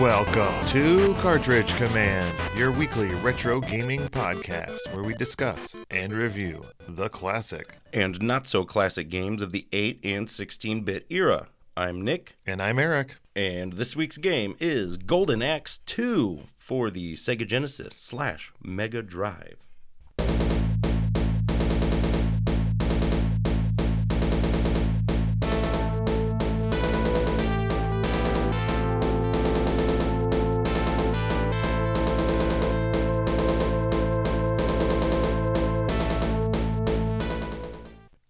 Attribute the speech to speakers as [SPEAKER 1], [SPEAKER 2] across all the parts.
[SPEAKER 1] Welcome to Cartridge Command, your weekly retro gaming podcast where we discuss and review the classic.
[SPEAKER 2] and not so classic games of the 8 and 16 bit era. I'm Nick,
[SPEAKER 1] And I'm Eric.
[SPEAKER 2] and this week's game is Golden Axe 2 for the Sega Genesis slash Mega Drive.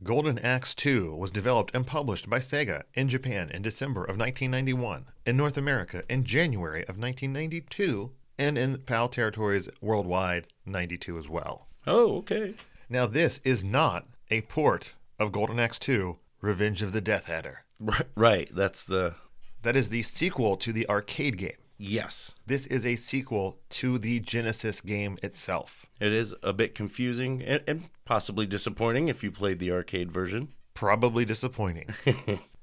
[SPEAKER 1] Golden Axe 2 was developed and published by Sega in Japan in December of 1991, in North America in January of 1992, and in PAL territories worldwide 92 as well.
[SPEAKER 2] Oh, okay.
[SPEAKER 1] Now this is not a port of Golden Axe 2: Revenge of the Death Adder.
[SPEAKER 2] Right, right. That's the.
[SPEAKER 1] That is the sequel to the arcade game.
[SPEAKER 2] Yes.
[SPEAKER 1] This is a sequel to the Genesis game itself.
[SPEAKER 2] It is a bit confusing and, and possibly disappointing if you played the arcade version.
[SPEAKER 1] Probably disappointing.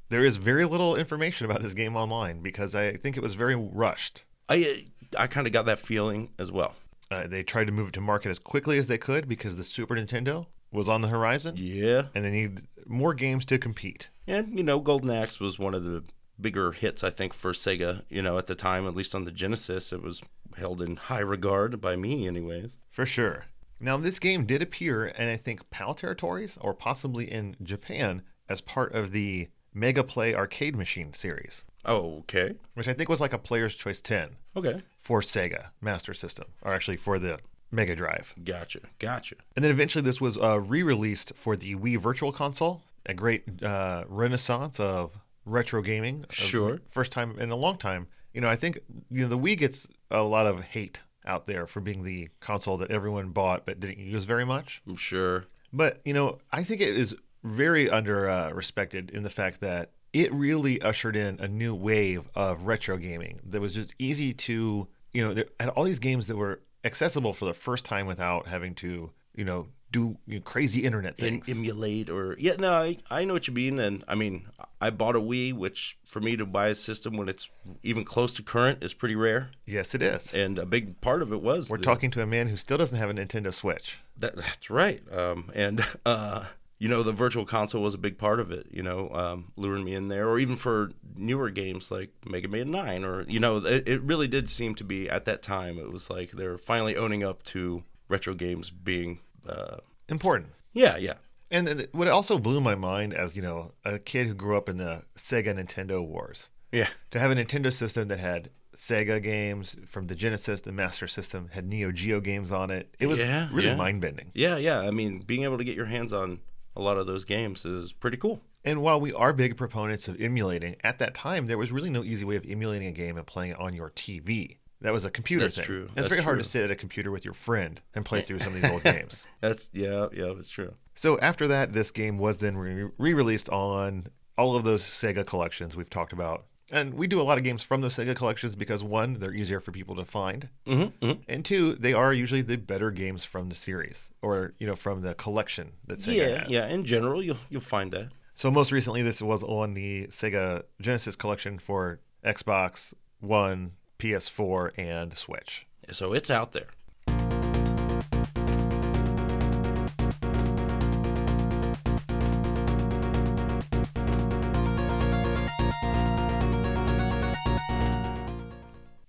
[SPEAKER 1] there is very little information about this game online because I think it was very rushed.
[SPEAKER 2] I, uh, I kind of got that feeling as well.
[SPEAKER 1] Uh, they tried to move it to market as quickly as they could because the Super Nintendo was on the horizon
[SPEAKER 2] Yeah.
[SPEAKER 1] and they needed more games to compete.
[SPEAKER 2] And, you know, Golden Axe was one of the bigger hits, I think, for Sega, you know, at the time, at least on the Genesis. It was held in high regard by me, anyways.
[SPEAKER 1] For sure. Now, this game did appear in, I think, PAL territories or possibly in Japan as part of the Mega Play arcade machine series,
[SPEAKER 2] Oh, okay.
[SPEAKER 1] which I think was like a Player's Choice 10
[SPEAKER 2] Okay.
[SPEAKER 1] for Sega Master System, or actually for the Mega Drive.
[SPEAKER 2] Gotcha. Gotcha.
[SPEAKER 1] And then eventually this was uh, re released for the Wii Virtual Console, a great uh, renaissance of retro gaming. of-
[SPEAKER 2] Sure.
[SPEAKER 1] First time in a long time. You know, I think you know the Wii gets a lot of hate out there for being the console that everyone bought but didn't use very much.
[SPEAKER 2] I'm sure.
[SPEAKER 1] But you know, I think it is very under uh, respected in the fact that it really ushered in a new wave of retro gaming that was just easy to you know there had all these games that were accessible for the first time without having to you know do you know, crazy internet
[SPEAKER 2] Em-
[SPEAKER 1] things.
[SPEAKER 2] emulate or yeah no I, I know what you mean and i mean i bought a wii which for me to buy a system when it's even close to current is pretty rare
[SPEAKER 1] yes, it is.
[SPEAKER 2] and a big part of it was
[SPEAKER 1] We're
[SPEAKER 2] the-
[SPEAKER 1] talking to a man who still doesn't have a Nintendo Switch.
[SPEAKER 2] That, that's right. Um, and uh, you know, the virtual console was a big part of it. You know, um, luring me in there, or even for newer games like Mega Man Nine, or you know, it, it really did seem to be at that time. It was like they're finally owning up to retro games being. Uh,
[SPEAKER 1] Important.
[SPEAKER 2] yeah, yeah.
[SPEAKER 1] And then what also blew my mind as you know a kid who grew up in the Sega Nintendo wars.
[SPEAKER 2] Yeah,
[SPEAKER 1] to have a Nintendo system that had Sega games from the Genesis, the Master System, had Neo Geo games on it. It was
[SPEAKER 2] Yeah,
[SPEAKER 1] really
[SPEAKER 2] yeah.
[SPEAKER 1] mind bending.
[SPEAKER 2] yeah, yeah. I mean, being able to get your hands on a lot of those games is pretty cool.
[SPEAKER 1] And while we are big proponents of emulating, at that time there was really no easy way of emulating a game and playing it on your TV. That was a computer
[SPEAKER 2] That's
[SPEAKER 1] thing.
[SPEAKER 2] true.
[SPEAKER 1] It's
[SPEAKER 2] That's
[SPEAKER 1] very hard to
[SPEAKER 2] true.
[SPEAKER 1] sit at a computer with your friend and play through some of these old games.
[SPEAKER 2] That's yeah, yeah. It's true.
[SPEAKER 1] So after that, this game was then re released on all of those Sega collections we've talked about. And we do a lot of games from those Sega collections because one, they're easier for people to find.
[SPEAKER 2] Mm-hmm, mm-hmm.
[SPEAKER 1] And two, they are usually the better games from the series or, you know, from the collection that Sega
[SPEAKER 2] Yeah,
[SPEAKER 1] has.
[SPEAKER 2] yeah. In general, you'll you'll find that.
[SPEAKER 1] So most recently, this was on the Sega Genesis collection for Xbox One, PS4, and Switch.
[SPEAKER 2] So it's out there.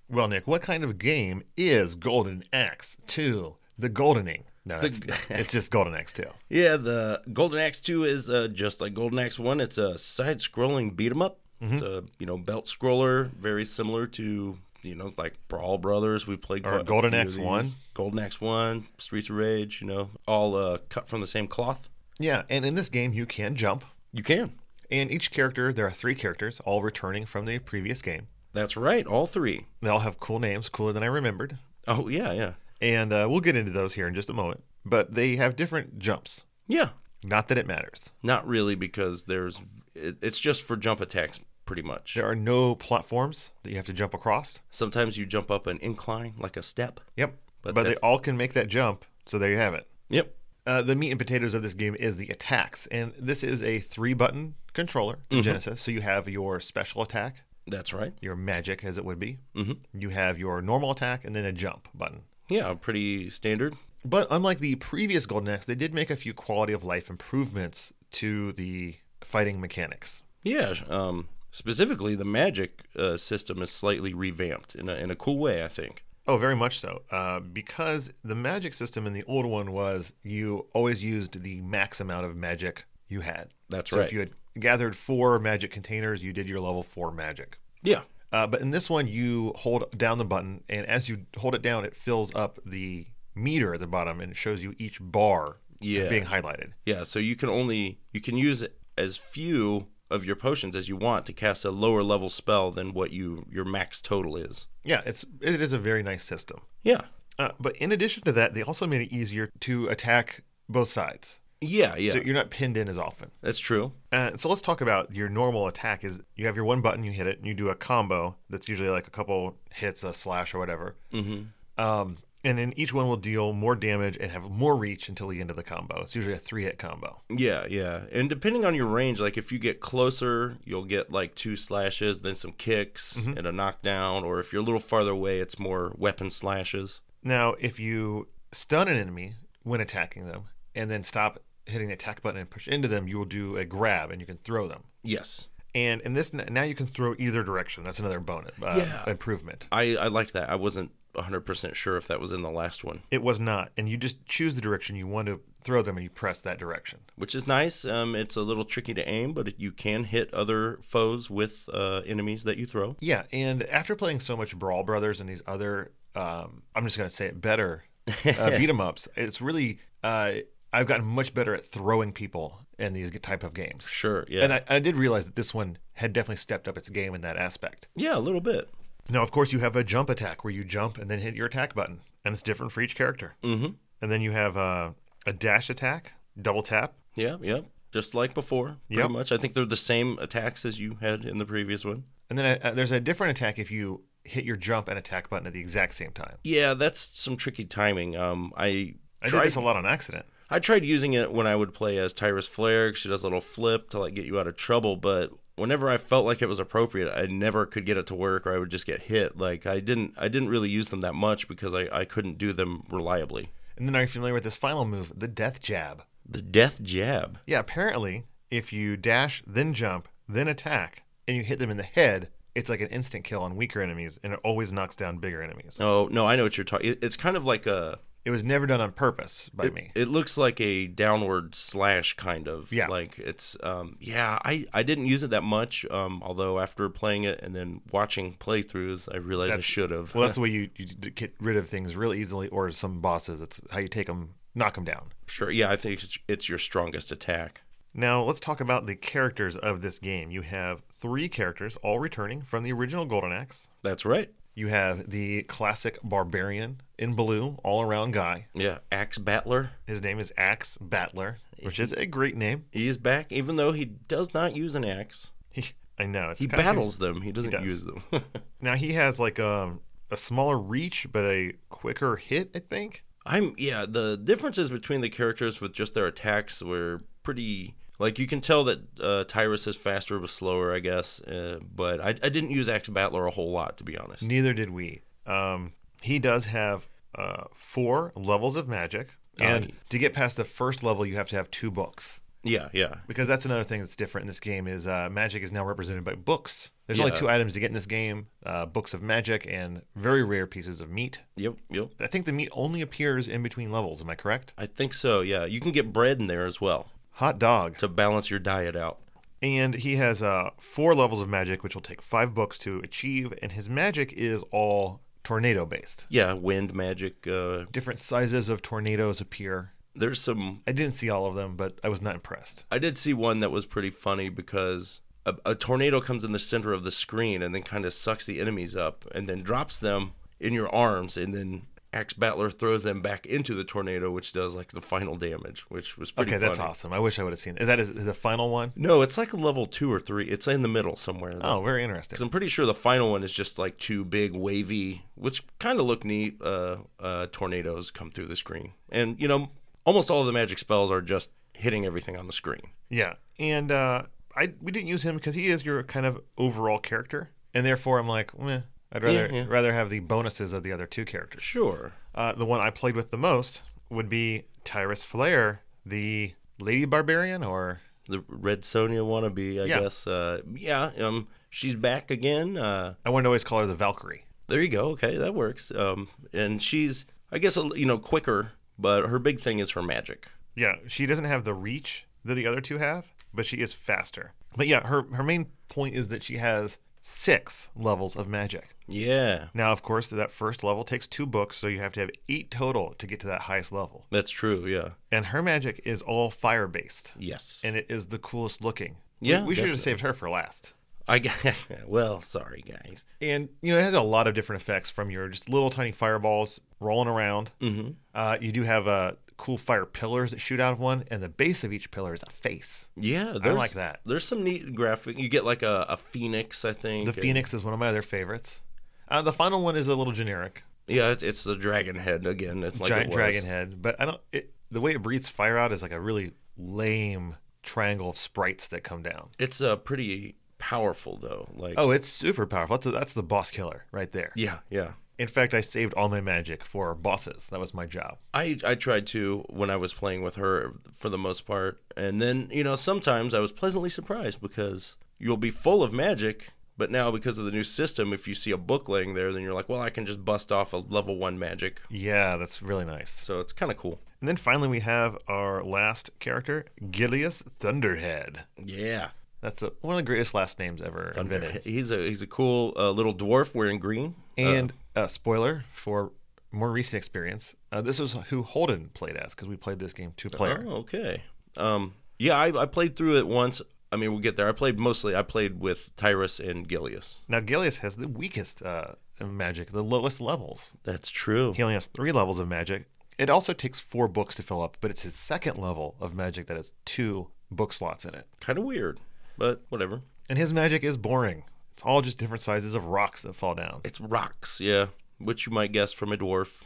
[SPEAKER 1] Well, Nick, what kind of game is Golden Axe 2? The Goldening. No,
[SPEAKER 2] The-
[SPEAKER 1] it's, it's just Golden Axe 2.
[SPEAKER 2] Yeah, the Golden Axe 2 is uh, just like Golden Axe 1. It's a side scrolling beat 'em up.
[SPEAKER 1] Mm-hmm.
[SPEAKER 2] It's a, you know, belt scroller, very similar to, you know, like Brawl Brothers. We played
[SPEAKER 1] Or
[SPEAKER 2] quite a
[SPEAKER 1] Golden
[SPEAKER 2] few of
[SPEAKER 1] Axe
[SPEAKER 2] these.
[SPEAKER 1] 1.
[SPEAKER 2] Golden Axe 1, Streets of Rage, you know, all uh, cut from the same cloth.
[SPEAKER 1] Yeah, and in this game, you can jump.
[SPEAKER 2] You can.
[SPEAKER 1] And each character, there are three characters, all returning from the previous game.
[SPEAKER 2] That's right, all three.
[SPEAKER 1] They all have cool names, cooler than I remembered.
[SPEAKER 2] Oh, yeah, yeah.
[SPEAKER 1] And uh, we'll get into those here in just a moment. But they have different jumps.
[SPEAKER 2] Yeah.
[SPEAKER 1] Not that it matters.
[SPEAKER 2] Not really because there's, it, it's just for jump attacks pretty much.
[SPEAKER 1] There are no platforms that you have to jump across.
[SPEAKER 2] Sometimes you jump up an incline, like a step.
[SPEAKER 1] Yep. But,
[SPEAKER 2] But
[SPEAKER 1] they
[SPEAKER 2] that's-
[SPEAKER 1] all can make that jump. So there you have it.
[SPEAKER 2] Yep.
[SPEAKER 1] Uh, the meat and potatoes of this game is the
[SPEAKER 2] Mm-hmm.
[SPEAKER 1] attacks. And this is a three button controller, the Genesis. So you have your special attack,
[SPEAKER 2] That's right.
[SPEAKER 1] your magic, as it would be.
[SPEAKER 2] Mhm.
[SPEAKER 1] You have your normal attack and then a jump button.
[SPEAKER 2] Yeah, pretty standard.
[SPEAKER 1] But unlike the previous Golden Axe, they did make a few quality of life improvements to the fighting mechanics.
[SPEAKER 2] Yeah. Um, specifically, the magic uh, system is slightly revamped in a, in a cool way, I think.
[SPEAKER 1] Oh, very much so. Uh, because the magic system in the old one was you always used the max amount of magic you had.
[SPEAKER 2] That's
[SPEAKER 1] so
[SPEAKER 2] right.
[SPEAKER 1] if you had gathered four magic containers, you did your level four magic.
[SPEAKER 2] Yeah.
[SPEAKER 1] Uh, but in this one, you hold down the button, and as you hold it down, it fills up the meter at the bottom and it shows you each bar
[SPEAKER 2] Yeah.
[SPEAKER 1] being highlighted.
[SPEAKER 2] Yeah. So you can only you can use as few of your potions as you want to cast a lower level spell than what you your max total is.
[SPEAKER 1] Yeah, it's it is a very nice system.
[SPEAKER 2] Yeah.
[SPEAKER 1] Uh, but in addition to that, they also made it easier to attack both sides,
[SPEAKER 2] Yeah. Yeah.
[SPEAKER 1] so you're not pinned in as often.
[SPEAKER 2] That's true.
[SPEAKER 1] Uh, so let's talk about your normal attack. Is you have your one button, you hit it, and you do a combo that's usually like a couple hits, a slash, or whatever. Mm-hmm. Um, and then each one will deal more damage and have more reach until the end of the combo. It's usually a three-hit combo.
[SPEAKER 2] Yeah, yeah. And depending on your range, like if you get closer, you'll get like two slashes, then some kicks and a knockdown. Or if you're a little farther away, it's more weapon slashes.
[SPEAKER 1] Now, if you stun an enemy when attacking them, and then stop hitting the attack button and push into them, you will do a grab and you can throw them.
[SPEAKER 2] Yes.
[SPEAKER 1] And in this, now you can throw either direction. That's another bonus uh,
[SPEAKER 2] Yeah.
[SPEAKER 1] improvement.
[SPEAKER 2] I, I liked that. I wasn't 100% sure if that was in the last one,
[SPEAKER 1] It was not, and you just choose the direction you want to throw them, and you press that direction.
[SPEAKER 2] which is nice. Um, it's a little tricky to aim, but you can hit other foes with uh, enemies that you throw.
[SPEAKER 1] Yeah, and after playing so much Brawl Brothers and these other, um, I'm just gonna say it better, uh, beat 'em ups, it's really uh, I've gotten much better at throwing people in these type of games.
[SPEAKER 2] Sure. Yeah.
[SPEAKER 1] And I, I did realize that this one had definitely stepped up its game in that aspect.
[SPEAKER 2] yeah, a little bit.
[SPEAKER 1] Now, of course, you have a jump attack where you jump and then hit your attack button, and it's different for each character. Mm-hmm. And then you have uh, a dash attack, double tap.
[SPEAKER 2] Yeah, yeah. Just like before, pretty
[SPEAKER 1] Yep.
[SPEAKER 2] much. I think they're the same attacks as you had in the previous one.
[SPEAKER 1] And then uh, there's a different attack if you hit your jump and attack button at the exact same time.
[SPEAKER 2] Yeah, that's some tricky timing. Um, I
[SPEAKER 1] I
[SPEAKER 2] tried.
[SPEAKER 1] did this a lot on accident.
[SPEAKER 2] I tried using it when I would play as Tyrus Flair. 'cause She does a little flip to like get you out of trouble, but whenever I felt like it was appropriate, I never could get it to work, or I would just get hit. Like I didn't, I didn't really use them that much because I, I couldn't do them reliably.
[SPEAKER 1] And then are you familiar with this final move, the death jab?
[SPEAKER 2] The death jab.
[SPEAKER 1] Yeah, apparently, if you dash, then jump, then attack, and you hit them in the head, it's like an instant kill on weaker enemies, and it always knocks down bigger enemies.
[SPEAKER 2] Oh no, I know what you're talking. It, it's kind of like a.
[SPEAKER 1] It was never done on purpose by me.
[SPEAKER 2] It looks like a downward slash kind of.
[SPEAKER 1] Yeah.
[SPEAKER 2] Like it's um yeah, I, I didn't use it that much, um, although after playing it and then watching playthroughs, I realized I should have.
[SPEAKER 1] Well, that's the way you, you d- get rid of things really easily, or some bosses. It's how you take them, knock them down.
[SPEAKER 2] Sure. Yeah, I think it's, it's your strongest attack.
[SPEAKER 1] Now, let's talk about the characters of this game. You have three characters, all returning from the original Golden Axe.
[SPEAKER 2] That's right.
[SPEAKER 1] You have the classic barbarian in blue, all around guy.
[SPEAKER 2] Yeah, Axe Battler.
[SPEAKER 1] His name is Axe Battler, which is a great name.
[SPEAKER 2] He is back, even though he does not use an axe.
[SPEAKER 1] He, I know it's
[SPEAKER 2] He
[SPEAKER 1] kinda
[SPEAKER 2] battles them. He doesn't
[SPEAKER 1] does.
[SPEAKER 2] use them.
[SPEAKER 1] confusing. Now he has like um, a smaller reach, but a quicker hit. I think.
[SPEAKER 2] I'm yeah. The differences between the characters with just their attacks were pretty. Like you can tell that uh, Tyrus is faster but slower, I guess. Uh, but I, I didn't use Axe Battler a whole lot, to be honest.
[SPEAKER 1] Neither did we. Um, he does have uh, four levels of magic,
[SPEAKER 2] Oh,
[SPEAKER 1] and to get past the first level, you have to have two books.
[SPEAKER 2] Yeah, yeah,
[SPEAKER 1] Because that's another thing that's different in this game is uh, magic is now represented by books. There's only
[SPEAKER 2] Yeah.
[SPEAKER 1] two items to get in this game: uh, books of magic and very rare pieces of meat.
[SPEAKER 2] yep, yep.
[SPEAKER 1] I think the meat only appears in between levels. Am I correct?
[SPEAKER 2] I think so. Yeah, you can get bread in there as well
[SPEAKER 1] Hot dog.
[SPEAKER 2] to balance your diet out.
[SPEAKER 1] And he has uh, four levels of magic, which will take five books to achieve. And his magic is all tornado based.
[SPEAKER 2] Yeah, wind magic. Uh,
[SPEAKER 1] Different sizes of tornadoes appear.
[SPEAKER 2] there's some
[SPEAKER 1] I didn't see all of them, but I was not impressed.
[SPEAKER 2] I did see one that was pretty funny because a, a tornado comes in the center of the screen and then kind of sucks the enemies up and then drops them in your arms and then Axe Battler throws them back into the tornado, which does like the final damage, which was pretty
[SPEAKER 1] Okay, that's
[SPEAKER 2] funny.
[SPEAKER 1] awesome. I wish I would have seen. Is that is the final one?
[SPEAKER 2] No, it's like a level two or three. It's in the middle somewhere. though.
[SPEAKER 1] Oh, very interesting.
[SPEAKER 2] 'Cause I'm pretty sure the final one is just like two big wavy, which kind of look neat. Uh, uh, tornadoes come through the screen, and you know, almost all of the magic spells are just hitting everything on the screen.
[SPEAKER 1] Yeah, and uh, I we didn't use him because he is your kind of overall character. and therefore I'm like, meh, I'd rather
[SPEAKER 2] yeah.
[SPEAKER 1] rather have the bonuses of the other two characters.
[SPEAKER 2] Sure.
[SPEAKER 1] Uh, the one I played with the most would be Tyrus Flair, the Lady Barbarian, or
[SPEAKER 2] The Red Sonia wannabe, I
[SPEAKER 1] Yeah.
[SPEAKER 2] guess. Uh, yeah. Um, she's back again. Uh,
[SPEAKER 1] I want to always call her the Valkyrie.
[SPEAKER 2] there you go. Okay, that works. Um, and she's, I guess, a l- you know, quicker, but her big thing is her magic.
[SPEAKER 1] Yeah, she doesn't have the reach that the other two have, but she is faster. But yeah, her her main point is that she has six levels of magic.
[SPEAKER 2] Yeah,
[SPEAKER 1] Now, of course, that first level takes two books, so you have to have eight total to get to that highest level.
[SPEAKER 2] that's true. Yeah.
[SPEAKER 1] And her magic is all fire based,
[SPEAKER 2] Yes.
[SPEAKER 1] and it is the coolest looking. We-
[SPEAKER 2] Yeah,
[SPEAKER 1] we, should have saved her for last.
[SPEAKER 2] I g- well, sorry guys.
[SPEAKER 1] And you know, it has a lot of different effects from your just little tiny fireballs rolling around. Mm-hmm. Uh, you do have uh, cool fire pillars that shoot out of one, and the base of each pillar is a face.
[SPEAKER 2] Yeah, there's,
[SPEAKER 1] like that.
[SPEAKER 2] There's some neat graphic. You get like a, a phoenix, I think.
[SPEAKER 1] The
[SPEAKER 2] and-
[SPEAKER 1] Phoenix is one of my other favorites. Uh, the final one is a little generic,
[SPEAKER 2] Yeah, it- it's the dragon head again. It's like it
[SPEAKER 1] giant
[SPEAKER 2] was.
[SPEAKER 1] dragon head, but I don't. It, the way it breathes fire out is like a really lame triangle of sprites that come down.
[SPEAKER 2] It's uh, pretty powerful though. Like
[SPEAKER 1] Oh, it's super powerful. That's, the- that's the boss killer right there.
[SPEAKER 2] yeah, yeah.
[SPEAKER 1] In fact, I saved all my magic for bosses. That was my job.
[SPEAKER 2] I I tried to when I was playing with her for the most part, and then you know sometimes I was pleasantly surprised because you'll be full of magic. But now, because of the new system, if you see a book laying there, then you're like, well, I can just bust off a level one magic.
[SPEAKER 1] Yeah, that's really nice.
[SPEAKER 2] So it's kind of cool.
[SPEAKER 1] And then finally, we have our last character, Gilius Thunderhead.
[SPEAKER 2] Yeah.
[SPEAKER 1] That's the one of the greatest last names ever invented.
[SPEAKER 2] uh, He's a he's a cool uh, little dwarf wearing green.
[SPEAKER 1] And uh, spoiler for more recent experience, uh, this was who Holden played as because we played this game two player.
[SPEAKER 2] Oh, okay. Um, yeah, I, I played through it once. I mean, we'll get there. I played mostly. I played with Tyrus and Gilius.
[SPEAKER 1] Now Gilius has the weakest uh, magic, the lowest levels.
[SPEAKER 2] That's true.
[SPEAKER 1] He only has three levels of magic. It also takes four books to fill up, but it's his second level of magic that has two book slots in it.
[SPEAKER 2] Kind of weird, but whatever.
[SPEAKER 1] And his magic is boring. It's all just different sizes of rocks that fall down.
[SPEAKER 2] It's rocks, yeah, which you might guess from a dwarf,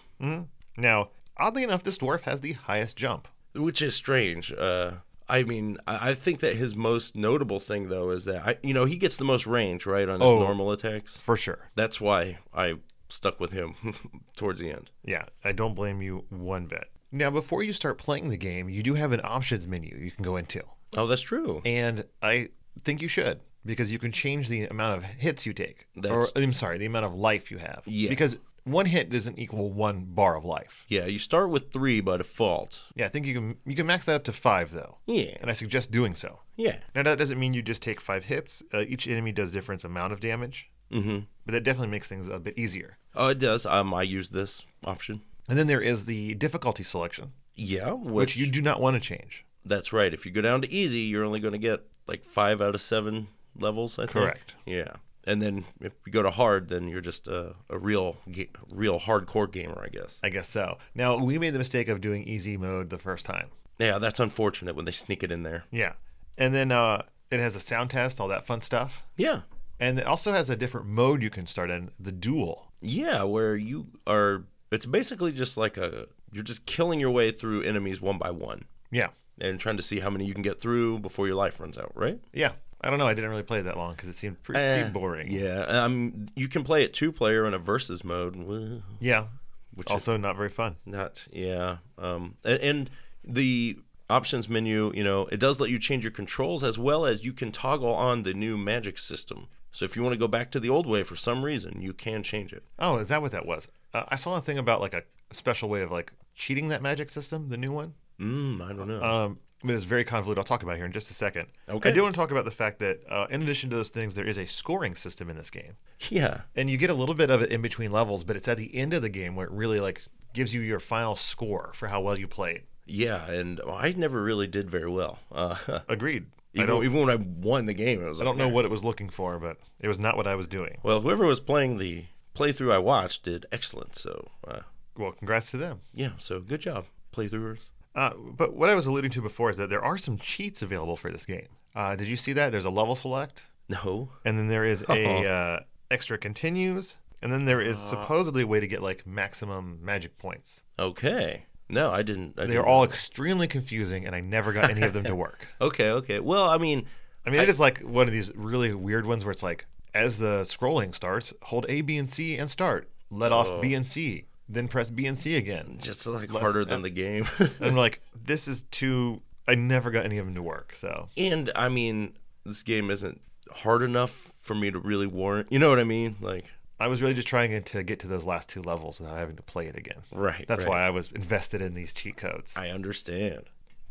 [SPEAKER 1] Now, oddly enough, this dwarf has the highest jump.
[SPEAKER 2] which is strange. Uh, I mean, I, I think that his most notable thing though is that I, you know, he gets the most range right on his
[SPEAKER 1] Oh.
[SPEAKER 2] normal attacks.
[SPEAKER 1] For sure.
[SPEAKER 2] That's why I stuck with him towards the end.
[SPEAKER 1] Yeah, I don't blame you one bit. Now, before you start playing the game, you do have an options menu you can go into.
[SPEAKER 2] Oh, that's true.
[SPEAKER 1] And I think you should because you can change the amount of hits you take.
[SPEAKER 2] That's-
[SPEAKER 1] Or, I'm sorry, the amount of life you have.
[SPEAKER 2] Yeah.
[SPEAKER 1] Because one hit doesn't equal one bar of life.
[SPEAKER 2] Yeah, you start with three by default.
[SPEAKER 1] Yeah, I think you can you can max that up to five though,
[SPEAKER 2] Yeah,
[SPEAKER 1] and I suggest doing so.
[SPEAKER 2] yeah.
[SPEAKER 1] Now that doesn't mean you just take five hits. Uh, each enemy does different amount of damage, mm-hmm. but that definitely makes things a bit easier.
[SPEAKER 2] Oh, it does. Um, I use this option.
[SPEAKER 1] And then there is the difficulty selection,
[SPEAKER 2] Yeah,
[SPEAKER 1] which you do not want to change.
[SPEAKER 2] that's right. If you go down to easy, you're only going to get like five out of seven levels. I think.
[SPEAKER 1] Correct.
[SPEAKER 2] Yeah, and then if you go to hard, then you're just a, a real ga- real hardcore gamer, I guess.
[SPEAKER 1] I guess so. Now we made the mistake of doing easy mode the first time.
[SPEAKER 2] Yeah, that's unfortunate when they sneak it in there.
[SPEAKER 1] Yeah, and then uh, it has a sound test, all that fun stuff,
[SPEAKER 2] Yeah,
[SPEAKER 1] and it also has a different mode you can start in, the duel.
[SPEAKER 2] yeah, where you are. It's basically just like a you're just killing your way through enemies one by one
[SPEAKER 1] Yeah,
[SPEAKER 2] and trying to see how many you can get through before your life runs out. Right.
[SPEAKER 1] yeah. I don't know. I didn't really play it that long because it seemed pretty
[SPEAKER 2] Eh,
[SPEAKER 1] boring.
[SPEAKER 2] Yeah, um, you can play it two player in a versus mode. Woo.
[SPEAKER 1] Yeah, which also not very fun.
[SPEAKER 2] Not yeah. Um, a- and the options menu, you know, it does let you change your controls as well as you can toggle on the new magic system. So if you want to go back to the old way for some reason, you can change it.
[SPEAKER 1] Oh, is that what that was? Uh, I saw a thing about like a special way of like cheating that magic system, the new one.
[SPEAKER 2] Mm, I don't know.
[SPEAKER 1] Um, but it's very convoluted. I'll talk about it here in just a second.
[SPEAKER 2] Okay.
[SPEAKER 1] I do want to talk about the fact that uh, in addition to those things, there is a scoring system in this game.
[SPEAKER 2] yeah.
[SPEAKER 1] and you get a little bit of it in between levels but it's at the end of the game where it really like gives you your final score for how well you played
[SPEAKER 2] Yeah, and well, I never really did very well. Uh,
[SPEAKER 1] agreed i
[SPEAKER 2] even,
[SPEAKER 1] don't
[SPEAKER 2] even when I won the game, it was
[SPEAKER 1] i don't know what it was looking for but it was not what i was doing
[SPEAKER 2] Well, whoever was playing the playthrough I watched did excellent. So uh,
[SPEAKER 1] well congrats to them
[SPEAKER 2] yeah, so good job playthroughers.
[SPEAKER 1] uh, but what i was alluding to before is that there are some cheats available for this game uh, did you see that there's a level select
[SPEAKER 2] No,
[SPEAKER 1] and then there is a uh, extra continues and then there is
[SPEAKER 2] Uh.
[SPEAKER 1] supposedly a way to get like maximum magic points
[SPEAKER 2] Okay. No, I didn't. I
[SPEAKER 1] they are all extremely confusing and i never got any of them to work
[SPEAKER 2] Okay, okay. Well, I mean,
[SPEAKER 1] I mean, it is like one of these really weird ones where it's like as the scrolling starts, hold A, B, and C and start. Let off B and C, then press B and C again.
[SPEAKER 2] Just like harder than the game.
[SPEAKER 1] And I'm like, this is too. I never got any of them to work. So
[SPEAKER 2] and I mean, this game isn't hard enough for me to really warrant. You know what I mean? Like,
[SPEAKER 1] I was really just trying to get to those last two levels without having to play it again.
[SPEAKER 2] right.
[SPEAKER 1] That's why I was invested in these cheat codes.
[SPEAKER 2] I understand.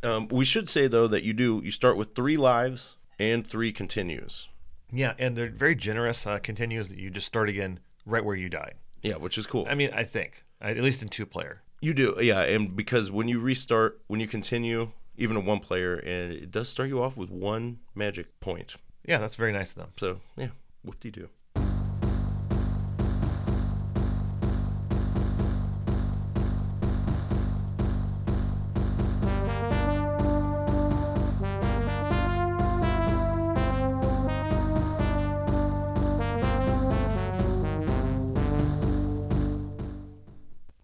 [SPEAKER 2] Um, we should say though that you do you start with three lives and three continues.
[SPEAKER 1] yeah, and they're very generous. Uh, continues that you just start again right where you died.
[SPEAKER 2] Yeah, which is cool.
[SPEAKER 1] I mean, I think at least in two player.
[SPEAKER 2] You do, yeah, and because when you restart, when you continue, even a one player, and it does start you off with one magic point.
[SPEAKER 1] Yeah, that's very nice of them.
[SPEAKER 2] So yeah, whoop de do.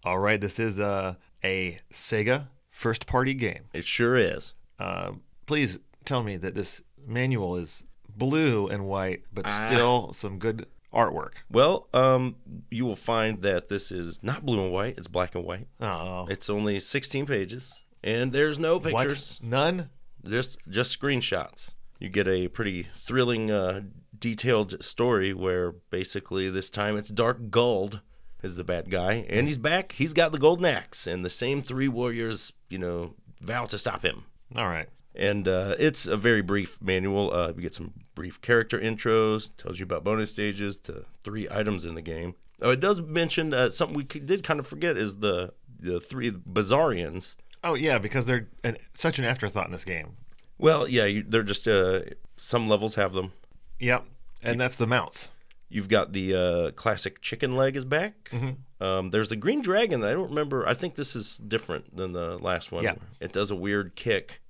[SPEAKER 1] All right, this is uh, a Sega first party game.
[SPEAKER 2] It sure is.
[SPEAKER 1] Uh, please tell me that this manual is blue and white, but still some good artwork.
[SPEAKER 2] Well, um, you will find that this is not blue and white; it's black and white.
[SPEAKER 1] Oh,
[SPEAKER 2] It's only 16 pages, and there's no pictures.
[SPEAKER 1] what? None?
[SPEAKER 2] just just screenshots. You get a pretty thrilling, uh, detailed story where basically this time it's Dark Gold is the bad guy, and he's back. He's got the golden axe, and the same three warriors, you know, vow to stop him.
[SPEAKER 1] All right.
[SPEAKER 2] And uh, it's a very brief manual. Uh, you get some brief character intros, tells you about bonus stages to three items in the game. Oh, it does mention uh, something we c- did kind of forget is the the three Bazarians.
[SPEAKER 1] Oh yeah, because they're an, such an afterthought in this game.
[SPEAKER 2] Well, yeah, you, they're just uh, some levels have them.
[SPEAKER 1] Yep, and that's the mounts.
[SPEAKER 2] You've got the uh, classic chicken leg is back. Um, there's the green dragon that I don't remember. I think this is different than the last one.
[SPEAKER 1] Yeah.
[SPEAKER 2] It does a weird kick.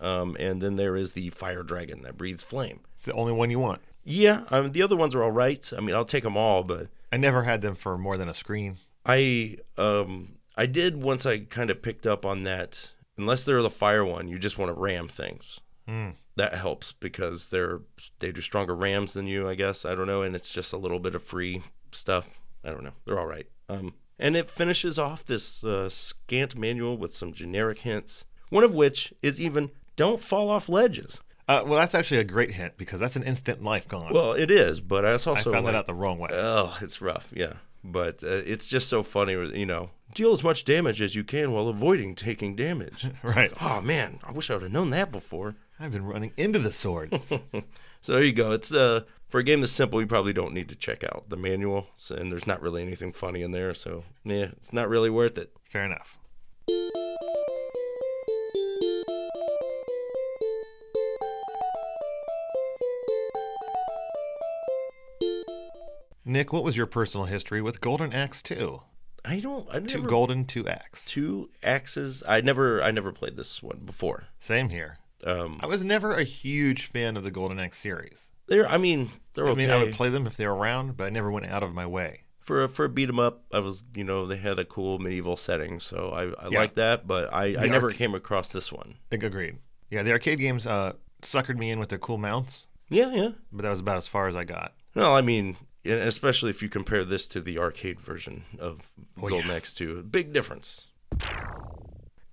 [SPEAKER 2] Um, and then there is the fire dragon that breathes flame.
[SPEAKER 1] It's the only one you want.
[SPEAKER 2] Yeah, I mean, the other ones are all right. I mean, I'll take them all, but
[SPEAKER 1] I never had them for more than a screen.
[SPEAKER 2] I um, I did once I kind of picked up on that. Unless they're the fire one, you just want to ram things.
[SPEAKER 1] Hmm.
[SPEAKER 2] That helps because they're they do stronger rams than you, I guess. I don't know, and it's just a little bit of free stuff. I don't know. They're all right. Um, and it finishes off this uh, scant manual with some generic hints. One of which is even don't fall off ledges.
[SPEAKER 1] Uh, well, that's actually a great hint because that's an instant life gone.
[SPEAKER 2] Well, it is, but it's
[SPEAKER 1] I
[SPEAKER 2] also
[SPEAKER 1] found
[SPEAKER 2] like-
[SPEAKER 1] that out the wrong way.
[SPEAKER 2] Oh, it's rough. Yeah. But uh, it's just so funny, you know. Deal as much damage as you can while avoiding taking damage.
[SPEAKER 1] right.
[SPEAKER 2] oh man, I wish I would have known that before.
[SPEAKER 1] I've been running into the swords.
[SPEAKER 2] So there you go. It's uh for a game that's simple, you probably don't need to check out the manual, so, and there's not really anything funny in there. So yeah, it's not really worth it.
[SPEAKER 1] Fair enough. Nick, what was your personal history with Golden Axe 2?
[SPEAKER 2] I don't. I
[SPEAKER 1] Two
[SPEAKER 2] never
[SPEAKER 1] Golden, two Axe.
[SPEAKER 2] two axes. I never. I never played this one before.
[SPEAKER 1] Same here.
[SPEAKER 2] Um,
[SPEAKER 1] I was never a huge fan of the Golden Axe series.
[SPEAKER 2] they're. I mean, they're okay.
[SPEAKER 1] I mean, I would play them if they were around, but I never went out of my way.
[SPEAKER 2] for a, for a beat 'em up, I was you know they had a cool medieval setting, so I, I
[SPEAKER 1] Yeah.
[SPEAKER 2] like that. But I, I never
[SPEAKER 1] arc-
[SPEAKER 2] came across this one.
[SPEAKER 1] Ag- Agreed. Yeah, the arcade games uh, suckered me in with their cool mounts,
[SPEAKER 2] Yeah, yeah.
[SPEAKER 1] but that was about as far as I got.
[SPEAKER 2] No, I mean, and especially if you compare this to the arcade version of
[SPEAKER 1] Oh,
[SPEAKER 2] Golden Axe Two, big difference.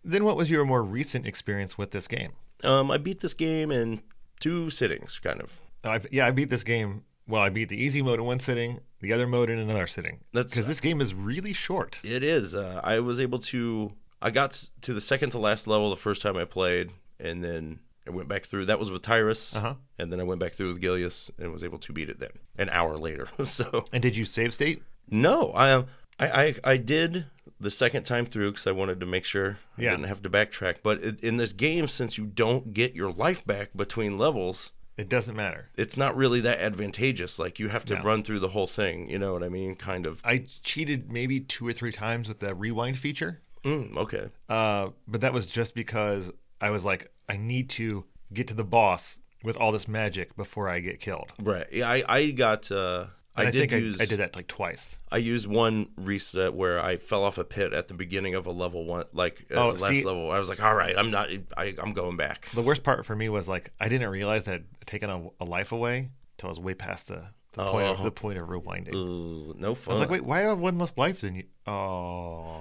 [SPEAKER 1] Then, what was your more recent experience with this game?
[SPEAKER 2] Um, I beat this game in two sittings, kind of.
[SPEAKER 1] I, yeah, I beat this game. Well, I beat the easy mode in one sitting, the other mode in another sitting.
[SPEAKER 2] That's-
[SPEAKER 1] because this game is really short.
[SPEAKER 2] It is. Uh, I was able to. I got s- to the second to last level the first time I played, and then I went back through. That was with Tyrus,
[SPEAKER 1] Uh-huh.
[SPEAKER 2] and then I went back through with Gilius and was able to beat it then an hour later. so
[SPEAKER 1] And did you save state?
[SPEAKER 2] No, I um, I I, I did the second time through because I wanted to make sure I
[SPEAKER 1] Yeah.
[SPEAKER 2] didn't have to backtrack. But i- in this game, since you don't get your life back between levels,
[SPEAKER 1] It doesn't matter.
[SPEAKER 2] it's not really that advantageous. Like you have to
[SPEAKER 1] No.
[SPEAKER 2] run through the whole thing. You know what I mean? Kind of.
[SPEAKER 1] I cheated maybe two or three times with the rewind feature,
[SPEAKER 2] Mm, okay.
[SPEAKER 1] uh, but that was just because I was like, I need to get to the boss with all this magic before I get killed.
[SPEAKER 2] Right. Yeah, I I got. Uh, I
[SPEAKER 1] And
[SPEAKER 2] did
[SPEAKER 1] think
[SPEAKER 2] use.
[SPEAKER 1] I, I did that like twice.
[SPEAKER 2] I used one reset where I fell off a pit at the beginning of a level one, like at
[SPEAKER 1] Oh,
[SPEAKER 2] the last
[SPEAKER 1] see-
[SPEAKER 2] level. I was like, "All right, I'm not. I, I'm going back."
[SPEAKER 1] The worst part for me was like I didn't realize that I'd taken a, a life away until I was way past the The point of
[SPEAKER 2] Oh.
[SPEAKER 1] the point of rewinding.
[SPEAKER 2] Ooh, no
[SPEAKER 1] I
[SPEAKER 2] fun.
[SPEAKER 1] was like, wait, why do I have one less life than you? Oh,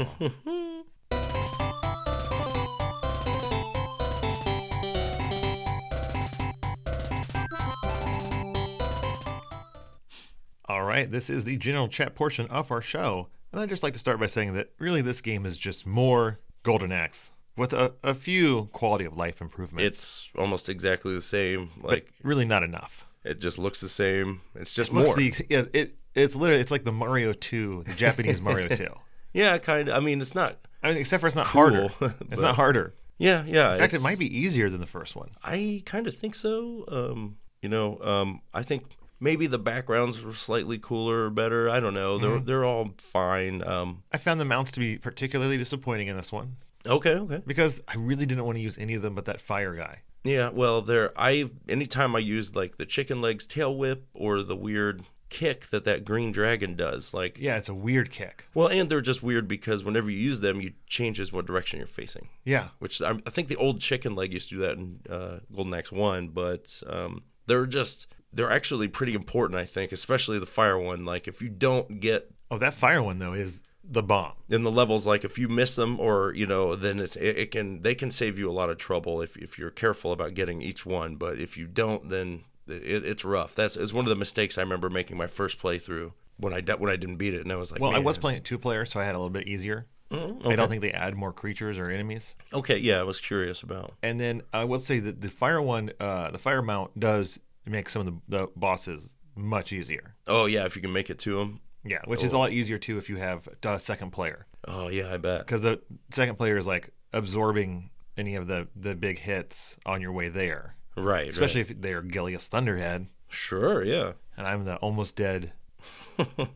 [SPEAKER 1] all right. This is the general chat portion of our show, and I'd just like to start by saying that really this game is just more Golden Axe with a, a few quality of life improvements,
[SPEAKER 2] It's almost exactly the same.
[SPEAKER 1] but
[SPEAKER 2] Like
[SPEAKER 1] really not enough.
[SPEAKER 2] it just looks the same. It's just more.
[SPEAKER 1] Looks the ex- yeah, it it's literally it's like the Mario Two, the Japanese Mario Two.
[SPEAKER 2] yeah, kind of. I mean, it's not.
[SPEAKER 1] I mean, except for it's not harder.
[SPEAKER 2] Cool,
[SPEAKER 1] It's not harder.
[SPEAKER 2] Yeah, yeah.
[SPEAKER 1] In fact, it might be easier than the first one.
[SPEAKER 2] I kind of think so. Um, you know, um, I think maybe the backgrounds were slightly cooler or better. I don't know. They're
[SPEAKER 1] Mm-hmm.
[SPEAKER 2] they're all fine. Um,
[SPEAKER 1] I found the mounts to be particularly disappointing in this one
[SPEAKER 2] okay, okay.
[SPEAKER 1] because I really didn't want to use any of them but that fire guy.
[SPEAKER 2] Yeah, well, there. I anytime I used like the chicken legs tail whip or the weird kick that that green dragon does, like
[SPEAKER 1] Yeah, it's a weird kick.
[SPEAKER 2] well, and they're just weird because whenever you use them, you changes what direction you're facing.
[SPEAKER 1] Yeah.
[SPEAKER 2] Which I, I think the old chicken leg used to do that in uh, Golden Axe One, but um, they're just they're actually pretty important. I think, especially the fire one. Like if you don't get
[SPEAKER 1] Oh, that fire one though is the bomb.
[SPEAKER 2] in the levels like if you miss them or you know then it's it, it can they can save you a lot of trouble if, if you're careful about getting each one but if you don't then it, it's rough that's it's one of the mistakes i remember making my first playthrough when i di- when i didn't beat it and i was like
[SPEAKER 1] Well, I
[SPEAKER 2] "Man." Mm-hmm.
[SPEAKER 1] was playing it two player, so I had a little bit easier. I don't think they add more creatures or enemies.
[SPEAKER 2] okay yeah i was curious about
[SPEAKER 1] And then I will say that the fire one, uh, the fire mount does make some of the, the bosses much easier.
[SPEAKER 2] oh yeah if you can make it to them
[SPEAKER 1] Yeah, which is a lot easier too if you have a second player.
[SPEAKER 2] oh yeah i bet
[SPEAKER 1] because the second player is like absorbing any of the the big hits on your way there,
[SPEAKER 2] right
[SPEAKER 1] especially
[SPEAKER 2] right.
[SPEAKER 1] if they're Gilius Thunderhead,
[SPEAKER 2] sure yeah
[SPEAKER 1] and I'm the almost dead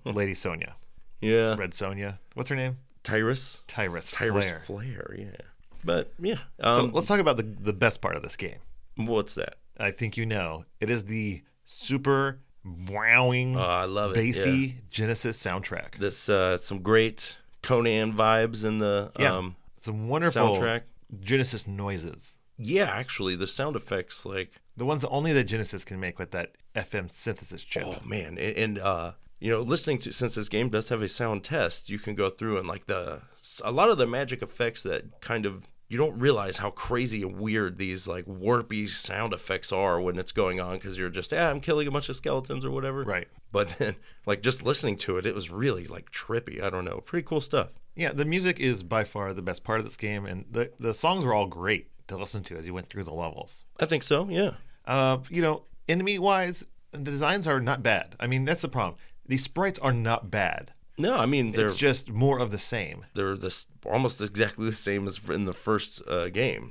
[SPEAKER 1] Lady Sonia,
[SPEAKER 2] yeah
[SPEAKER 1] Red Sonia. What's her name?
[SPEAKER 2] tyrus
[SPEAKER 1] Tyrus,
[SPEAKER 2] tyrus
[SPEAKER 1] Flare.
[SPEAKER 2] flare, yeah but yeah
[SPEAKER 1] So
[SPEAKER 2] um
[SPEAKER 1] let's talk about the the best part of this game.
[SPEAKER 2] what's that
[SPEAKER 1] I think you know it is the super wowing
[SPEAKER 2] oh i love it
[SPEAKER 1] bassy
[SPEAKER 2] yeah.
[SPEAKER 1] Genesis soundtrack.
[SPEAKER 2] this uh some great Conan vibes in the
[SPEAKER 1] yeah, Oh.
[SPEAKER 2] um
[SPEAKER 1] some wonderful
[SPEAKER 2] soundtrack.
[SPEAKER 1] Genesis noises.
[SPEAKER 2] yeah, actually the sound effects like
[SPEAKER 1] The ones that only the Genesis can make with that FM synthesis chip.
[SPEAKER 2] oh man and, and uh you know listening to since this game does have a sound test you can go through and like the a lot of the magic effects that kind of you don't realize how crazy and weird these like warpy sound effects are when it's going on because you're just ah, I'm killing a bunch of skeletons or whatever
[SPEAKER 1] Right.
[SPEAKER 2] but then like just listening to it it was really like trippy I don't know pretty cool stuff
[SPEAKER 1] Yeah, the music is by far the best part of this game, and the, the songs were all great to listen to as you went through the levels.
[SPEAKER 2] I think so yeah
[SPEAKER 1] Uh, you know, enemy wise, the designs are not bad. I mean, that's the problem. These sprites are not bad.
[SPEAKER 2] no I mean they're
[SPEAKER 1] It's just more of the same.
[SPEAKER 2] they're this almost exactly the same as in the first uh, game.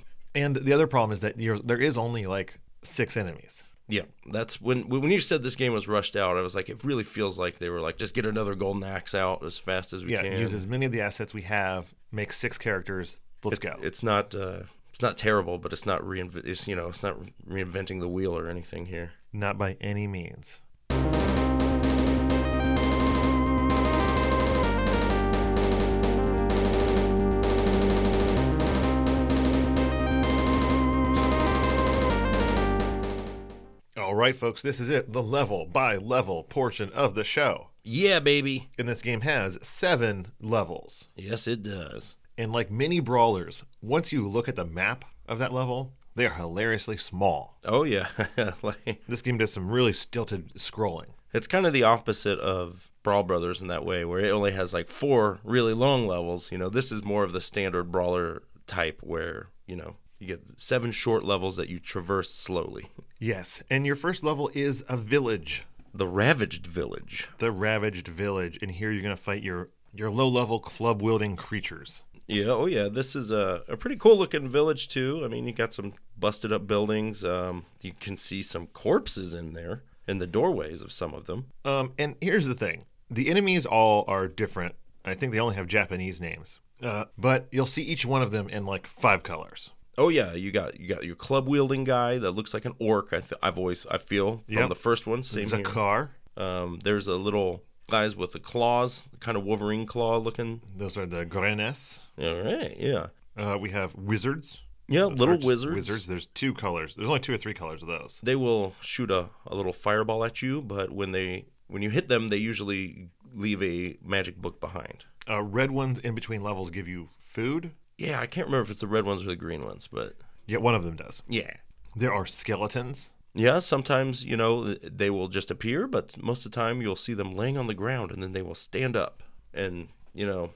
[SPEAKER 1] And the other problem is that you're, there is only like six enemies.
[SPEAKER 2] Yeah, that's when when you said this game was rushed out. I was like, it really feels like they were like, just get another golden axe out as fast as we
[SPEAKER 1] Yeah,
[SPEAKER 2] can.
[SPEAKER 1] use as many of the assets we have, make six characters. Let's go.
[SPEAKER 2] It's not uh, it's not terrible, but it's not reinvent. It's you know, it's not reinventing the wheel or anything here.
[SPEAKER 1] Not by any means. All right, folks, this is it the level by level portion of the show.
[SPEAKER 2] Yeah, baby.
[SPEAKER 1] And this game has seven levels.
[SPEAKER 2] Yes, it does.
[SPEAKER 1] And like many brawlers, once you look at the map of that level, they are hilariously small.
[SPEAKER 2] Oh yeah, like
[SPEAKER 1] This game does some really stilted scrolling.
[SPEAKER 2] it's kind of the opposite of Brawl Brothers in that way, where it only has like four really long levels. You know, this is more of the standard brawler type where, you know, you get seven short levels that you traverse slowly.
[SPEAKER 1] Yes, and your first level is a village,
[SPEAKER 2] The Ravaged Village.
[SPEAKER 1] the ravaged village, and here you're gonna fight your your low level club wielding creatures.
[SPEAKER 2] Yeah, oh yeah, this is a, a pretty cool looking village too. I mean, you got some busted up buildings. Um, you can see some corpses in there in the doorways of some of them.
[SPEAKER 1] Um, and here's the thing: the enemies all are different. I think they only have Japanese names, uh, but you'll see each one of them in like five colors.
[SPEAKER 2] Oh yeah, you got you got your club wielding guy that looks like an orc. I th- I've always I feel from
[SPEAKER 1] Yep.
[SPEAKER 2] the first one. Same here.
[SPEAKER 1] Zakar,
[SPEAKER 2] Um, there's a little guys with the claws, kind of Wolverine claw looking.
[SPEAKER 1] those are the Grenes.
[SPEAKER 2] All right, yeah,
[SPEAKER 1] Uh, we have wizards.
[SPEAKER 2] yeah,
[SPEAKER 1] Those are
[SPEAKER 2] little
[SPEAKER 1] just
[SPEAKER 2] wizards.
[SPEAKER 1] Wizards. There's two colors. There's only two or three colors of those.
[SPEAKER 2] They will shoot a, a little fireball at you, but when they when you hit them, they usually leave a magic book behind.
[SPEAKER 1] Uh, red ones in between levels give you food.
[SPEAKER 2] Yeah, I can't remember if it's the red ones or the green ones, but
[SPEAKER 1] Yeah, one of them does.
[SPEAKER 2] yeah.
[SPEAKER 1] There are skeletons.
[SPEAKER 2] Yeah, sometimes, you know, th- they will just appear, but most of the time you'll see them laying on the ground and then they will stand up. And, you know,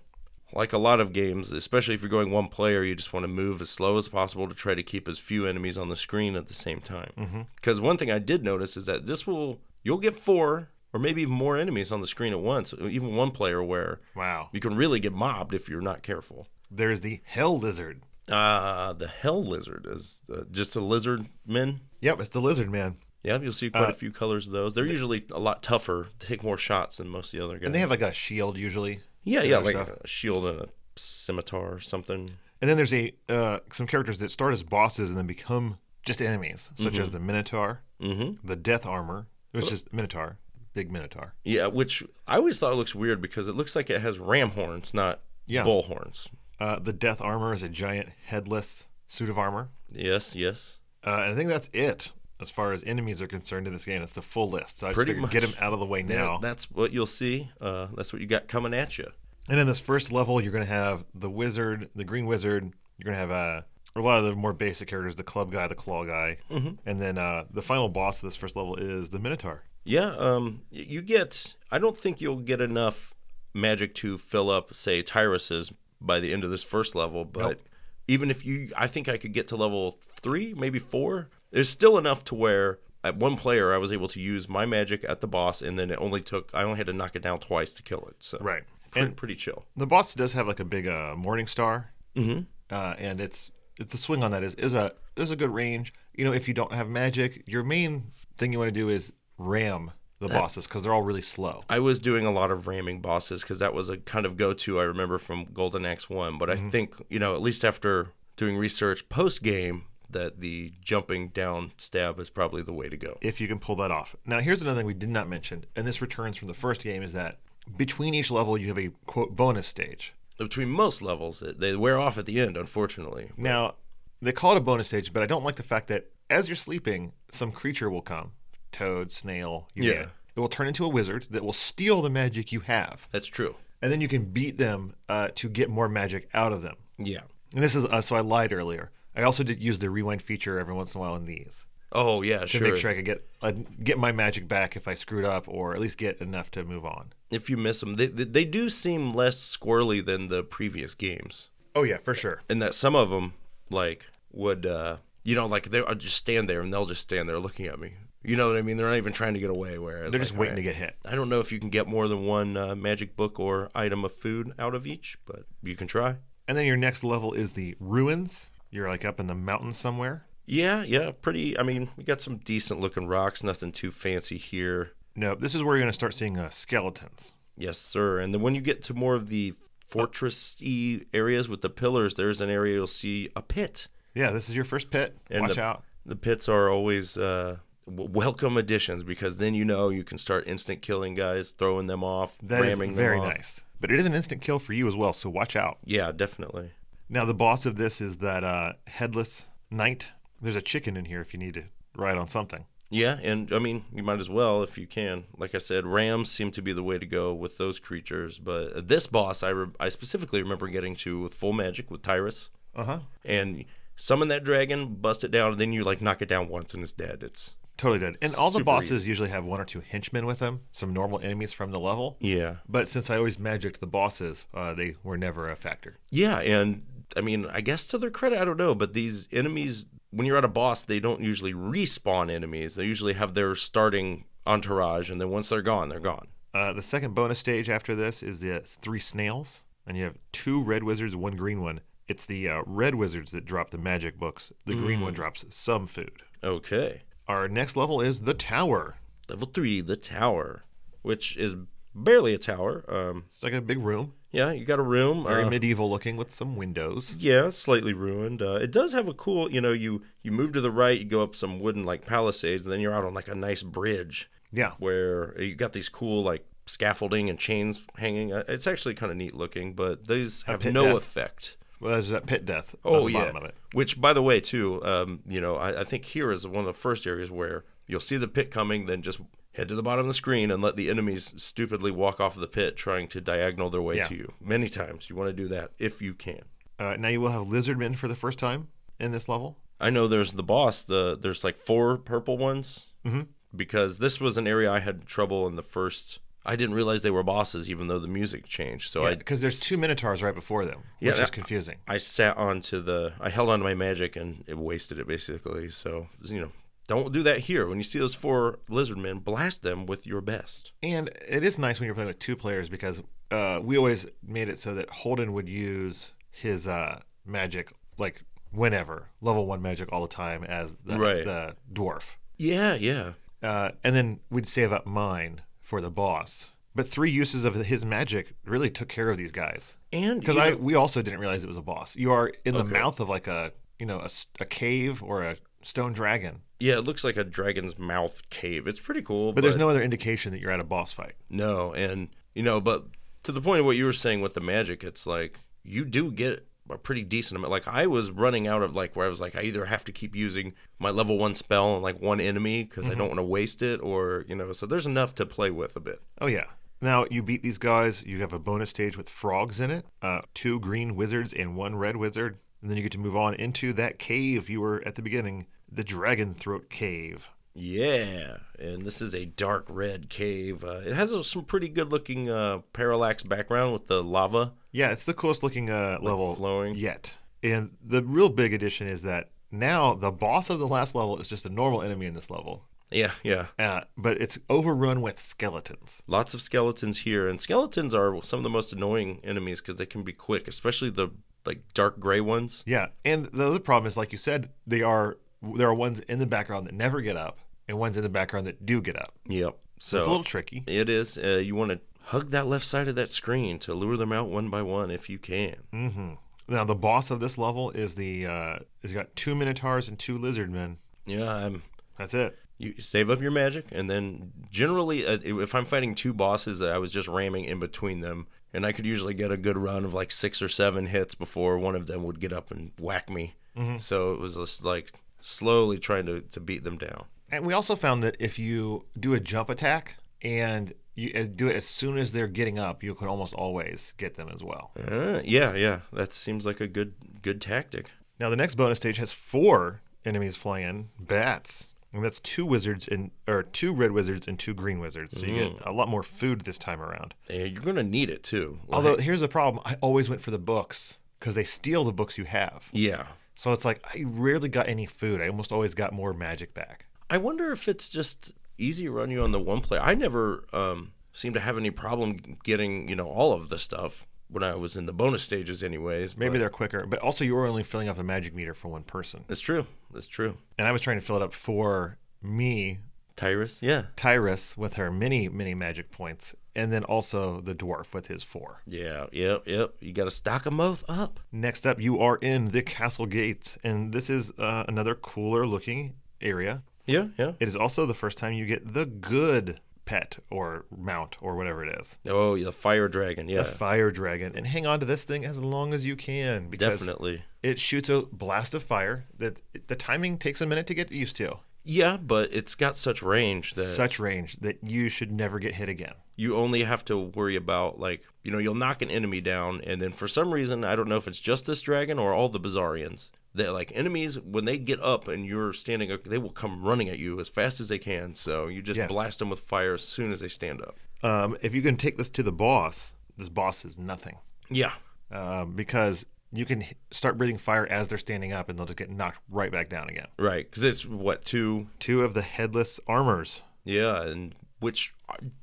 [SPEAKER 2] like a lot of games, especially if you're going one player, you just want to move as slow as possible to try to keep as few enemies on the screen at the same time. Because one thing I did notice is that this will, you'll get four or maybe even more enemies on the screen at once, e, even one player, where
[SPEAKER 1] Wow.
[SPEAKER 2] you can really get mobbed if you're not careful.
[SPEAKER 1] There is the hell lizard.
[SPEAKER 2] Uh, the hell lizard is uh, just a lizard men.
[SPEAKER 1] Yep, it's the lizard man.
[SPEAKER 2] Yeah, you'll see
[SPEAKER 1] Uh,
[SPEAKER 2] quite a few colors of those. They're usually a lot tougher, take more shots than most of the other guys.
[SPEAKER 1] And they have like a shield usually.
[SPEAKER 2] yeah, yeah, like
[SPEAKER 1] stuff.
[SPEAKER 2] a shield and a scimitar or something.
[SPEAKER 1] And then there's a uh, some characters that start as bosses and then become just enemies, such
[SPEAKER 2] Mm-hmm.
[SPEAKER 1] as the Minotaur,
[SPEAKER 2] hmm
[SPEAKER 1] the Death Armor, which is Minotaur, big Minotaur.
[SPEAKER 2] Yeah, which I always thought looks weird because it looks like it has ram horns, not
[SPEAKER 1] Yeah.
[SPEAKER 2] bull horns.
[SPEAKER 1] Uh, the Death Armor is a giant headless suit of armor.
[SPEAKER 2] Yes, yes.
[SPEAKER 1] Uh, and I think that's it as far as enemies are concerned in this game. It's the full list. So I just
[SPEAKER 2] Pretty
[SPEAKER 1] figured get
[SPEAKER 2] much.
[SPEAKER 1] them out of the way
[SPEAKER 2] Yeah,
[SPEAKER 1] now.
[SPEAKER 2] that's what you'll see. Uh, that's what you got coming at you.
[SPEAKER 1] And in this first level, you're going to have the wizard, the green wizard. You're going to have uh, a lot of the more basic characters, the club guy, the claw guy, and then uh, the final boss of this first level is the Minotaur.
[SPEAKER 2] Yeah, um, y- you get. I don't think you'll get enough magic to fill up, say, Tyrus's by the end of this first level. But even if you, I think I could get to level three, maybe four. There's still enough to where at one player I was able to use my magic at the boss, and then it only took. I only had to knock it down twice to kill it. So
[SPEAKER 1] Right.
[SPEAKER 2] pre-
[SPEAKER 1] And
[SPEAKER 2] pretty chill.
[SPEAKER 1] the boss does have like a big uh, morning star,
[SPEAKER 2] Mhm.
[SPEAKER 1] uh, and it's, it's the swing on that is is a is a good range. You know, if you don't have magic, your main thing you want to do is ram the bosses because they're all really slow.
[SPEAKER 2] I was doing a lot of ramming bosses because that was a kind of go to I remember from Golden Axe 1. But
[SPEAKER 1] Mm-hmm.
[SPEAKER 2] I think, you know, at least after doing research post game, that the jumping down stab is probably the way to go.
[SPEAKER 1] if you can pull that off. Now, here's another thing we did not mention, and this returns from the first game, is that between each level you have a quote bonus stage.
[SPEAKER 2] Between most levels, it- they wear off at the end, unfortunately.
[SPEAKER 1] Now, they call it a bonus stage, but I don't like the fact that as you're sleeping, some creature will come, toad, snail, you
[SPEAKER 2] Yeah.
[SPEAKER 1] name it. It will turn into a wizard that will steal the magic you have,
[SPEAKER 2] That's true.
[SPEAKER 1] and then you can beat them uh, to get more magic out of them.
[SPEAKER 2] Yeah.
[SPEAKER 1] And this is uh, so I lied earlier. I also did use the rewind feature every once in a while in these
[SPEAKER 2] Oh, yeah,
[SPEAKER 1] to
[SPEAKER 2] sure.
[SPEAKER 1] make sure I could get uh, get my magic back if I screwed up, or at least get enough to move on.
[SPEAKER 2] If you miss them, they, they, they do seem less squirrely than the previous games.
[SPEAKER 1] Oh yeah, for sure.
[SPEAKER 2] and that some of them like would uh you know like they would just stand there and they'll just stand there looking at me you know what i mean they're not even trying to get away whereas
[SPEAKER 1] They're just waiting to get hit.
[SPEAKER 2] i don't know if you can get more than one uh, magic book or item of food out of each but you can try
[SPEAKER 1] And then your next level is the ruins. You're like up in the mountains somewhere.
[SPEAKER 2] yeah yeah pretty i mean we got some decent looking rocks nothing too fancy here
[SPEAKER 1] No, this is where you're gonna start seeing uh, skeletons.
[SPEAKER 2] yes sir and then when you get to more of the fortress-y areas with the pillars there's an area you'll see a pit
[SPEAKER 1] Yeah, this is your first pit.
[SPEAKER 2] And
[SPEAKER 1] Watch
[SPEAKER 2] the-
[SPEAKER 1] out.
[SPEAKER 2] the pits are always uh, w- welcome additions because then you know you can start instant killing guys, throwing them off,
[SPEAKER 1] That is
[SPEAKER 2] ramming
[SPEAKER 1] very
[SPEAKER 2] them off.
[SPEAKER 1] nice. But it is an instant kill for you as well, so watch out.
[SPEAKER 2] Yeah, definitely.
[SPEAKER 1] Now the boss of this is that uh, headless knight. There's a chicken in here if you need to ride on something.
[SPEAKER 2] Yeah, and I mean you might as well if you can. Like I said, rams seem to be the way to go with those creatures. But this boss, I re- I specifically remember getting to with full magic with Tyrus
[SPEAKER 1] Uh huh.
[SPEAKER 2] and summon that dragon, bust it down, and then you like knock it down once and it's dead. It's
[SPEAKER 1] Totally did. And all the
[SPEAKER 2] Super
[SPEAKER 1] bosses usually have one or two henchmen with them, some normal enemies from the level.
[SPEAKER 2] yeah,
[SPEAKER 1] But since I always magicked the bosses, uh, they were never a factor.
[SPEAKER 2] Yeah, and I mean, I guess to their credit, I don't know, but these enemies, when you're at a boss, they don't usually respawn enemies. They usually have their starting entourage, and then once they're gone, they're gone.
[SPEAKER 1] Uh, the second bonus stage after this is the three snails, and you have two red wizards, one green one. It's the uh, red wizards that drop the magic books. The green
[SPEAKER 2] Mm.
[SPEAKER 1] one drops some food.
[SPEAKER 2] Okay.
[SPEAKER 1] Our next level is the tower.
[SPEAKER 2] Level three, the tower, which is barely a tower. Um,
[SPEAKER 1] It's like a big room,
[SPEAKER 2] yeah, you got a room.
[SPEAKER 1] very
[SPEAKER 2] uh,
[SPEAKER 1] medieval looking, with some windows.
[SPEAKER 2] Yeah, slightly ruined. Uh, it does have a cool, you know, you you move to the right, you go up some wooden like palisades, and then you're out on like a nice bridge
[SPEAKER 1] Yeah,
[SPEAKER 2] where you got these cool like scaffolding and chains hanging. Uh, It's actually kind of neat looking, but these have
[SPEAKER 1] pit
[SPEAKER 2] no
[SPEAKER 1] death.
[SPEAKER 2] effect.
[SPEAKER 1] well, there's that pit death. at
[SPEAKER 2] Oh
[SPEAKER 1] the
[SPEAKER 2] yeah,
[SPEAKER 1] bottom of it.
[SPEAKER 2] which by the way too, um, you know, I, I think here is one of the first areas where you'll see the pit coming, then just head to the bottom of the screen and let the enemies stupidly walk off the pit trying to diagonal their way
[SPEAKER 1] Yeah.
[SPEAKER 2] to you. Many times you want to do that if you can.
[SPEAKER 1] Uh, now you will have lizardmen for the first time in this level.
[SPEAKER 2] I know there's the boss. The there's like four purple ones
[SPEAKER 1] Mhm.
[SPEAKER 2] because this was an area I had trouble in the first. I didn't realize they were bosses, even though the music changed. So I
[SPEAKER 1] Because there's two minotaurs right before them,
[SPEAKER 2] Yeah,
[SPEAKER 1] which is
[SPEAKER 2] that-
[SPEAKER 1] confusing.
[SPEAKER 2] I sat onto the I held onto my magic and it wasted it basically. So you know, don't do that here. When you see those four lizard men, blast them with your best.
[SPEAKER 1] And it is nice when you're playing with two players because uh, we always made it so that Holden would use his uh, magic like whenever, level one magic all the time as the,
[SPEAKER 2] Right.
[SPEAKER 1] the dwarf.
[SPEAKER 2] Yeah, yeah.
[SPEAKER 1] Uh, and then we'd save up mine for the boss. But three uses of his magic really took care of these guys
[SPEAKER 2] And
[SPEAKER 1] because
[SPEAKER 2] you
[SPEAKER 1] I
[SPEAKER 2] know-
[SPEAKER 1] we also didn't realize it was a boss. You are in the mouth of like a you know a, s- a cave or a stone dragon,
[SPEAKER 2] yeah, it looks like a dragon's mouth cave. It's pretty cool,
[SPEAKER 1] but there's no other indication that you're at a boss fight.
[SPEAKER 2] No, and you know, but to the point of what you were saying with the magic, it's like you do get a pretty decent amount. Like I was running out of like where I was like, I either have to keep using my level one spell on like one enemy because
[SPEAKER 1] Mm-hmm.
[SPEAKER 2] I don't want to waste it, or you know, so there's enough to play with a bit.
[SPEAKER 1] Oh yeah. Now you beat these guys. You have a bonus stage with frogs in it, uh, two green wizards and one red wizard, and then you get to move on into that cave you were at the beginning, the Dragon Throat Cave.
[SPEAKER 2] Yeah, and this is a dark red cave. Uh, it has a, some pretty good looking uh, parallax background with the lava
[SPEAKER 1] Yeah, it's the coolest looking uh, level
[SPEAKER 2] flowing.
[SPEAKER 1] yet. And the real big addition is that now the boss of the last level is just a normal enemy in this level,
[SPEAKER 2] Yeah, yeah.
[SPEAKER 1] uh, but it's overrun with skeletons.
[SPEAKER 2] Lots of skeletons here, and skeletons are some of the most annoying enemies because they can be quick, especially the like dark gray ones.
[SPEAKER 1] Yeah, and the other problem is, like you said, they are there are ones in the background that never get up, and ones in the background that do get up.
[SPEAKER 2] Yep. So
[SPEAKER 1] So it's a little tricky.
[SPEAKER 2] it is. Uh, you want to hug that left side of that screen to lure them out one by one if you can.
[SPEAKER 1] hmm Now the boss of this level is the uh, has got two minotaurs and two lizardmen.
[SPEAKER 2] Yeah, I'm.
[SPEAKER 1] That's it.
[SPEAKER 2] You save up your magic, and then generally, uh, if I'm fighting two bosses that I was just ramming in between them, and I could usually get a good run of like six or seven hits before one of them would get up and whack me. So it was just like slowly trying to, to beat them down.
[SPEAKER 1] And we also found that if you do a jump attack and you uh, do it as soon as they're getting up, you can almost always get them as well.
[SPEAKER 2] Uh, yeah, yeah, that seems like a good good tactic.
[SPEAKER 1] Now the next bonus stage has four enemies flying in bats, and that's two wizards and or two red wizards and two green wizards. So you get a lot more food this time around.
[SPEAKER 2] Yeah, you're gonna need it too. Like-
[SPEAKER 1] Although here's the problem: I always went for the books because they steal the books you have.
[SPEAKER 2] yeah,
[SPEAKER 1] So it's like I rarely got any food. I almost always got more magic back.
[SPEAKER 2] I wonder if it's just easier on you on the one player. I never um, seem to have any problem getting you know all of the stuff when I was in the bonus stages, anyways.
[SPEAKER 1] Maybe
[SPEAKER 2] but
[SPEAKER 1] they're quicker, but also you were only filling up a magic meter for one person.
[SPEAKER 2] it's true. It's true.
[SPEAKER 1] And I was trying to fill it up for me,
[SPEAKER 2] Tyrus, yeah,
[SPEAKER 1] Tyrus, with her many, many magic points, and then also the dwarf with his four.
[SPEAKER 2] yeah, yep, yep. You got to stock them both up.
[SPEAKER 1] Next up, you are in the castle gates, and this is uh, another cooler looking area.
[SPEAKER 2] Yeah, yeah.
[SPEAKER 1] It is also the first time you get the good pet or mount or whatever it is.
[SPEAKER 2] Oh, the fire dragon. Yeah,
[SPEAKER 1] The fire dragon, and hang on to this thing as long as you can because
[SPEAKER 2] definitely.
[SPEAKER 1] it shoots a blast of fire that the timing takes a minute to get used to.
[SPEAKER 2] Yeah, but it's got such range that
[SPEAKER 1] Such range that you should never get hit again.
[SPEAKER 2] you only have to worry about like you know you'll knock an enemy down and then for some reason i don't know if it's just this dragon or all the bizarrians that like enemies when they get up and you're standing up they will come running at you as fast as they can so you just
[SPEAKER 1] Yes.
[SPEAKER 2] blast them with fire as soon as they stand up
[SPEAKER 1] Um, if you can take this to the boss, this boss is nothing
[SPEAKER 2] yeah
[SPEAKER 1] um, because you can h- start breathing fire as they're standing up, and they'll just get knocked right back down again.
[SPEAKER 2] right because it's what two
[SPEAKER 1] Two of the headless armors.
[SPEAKER 2] yeah and which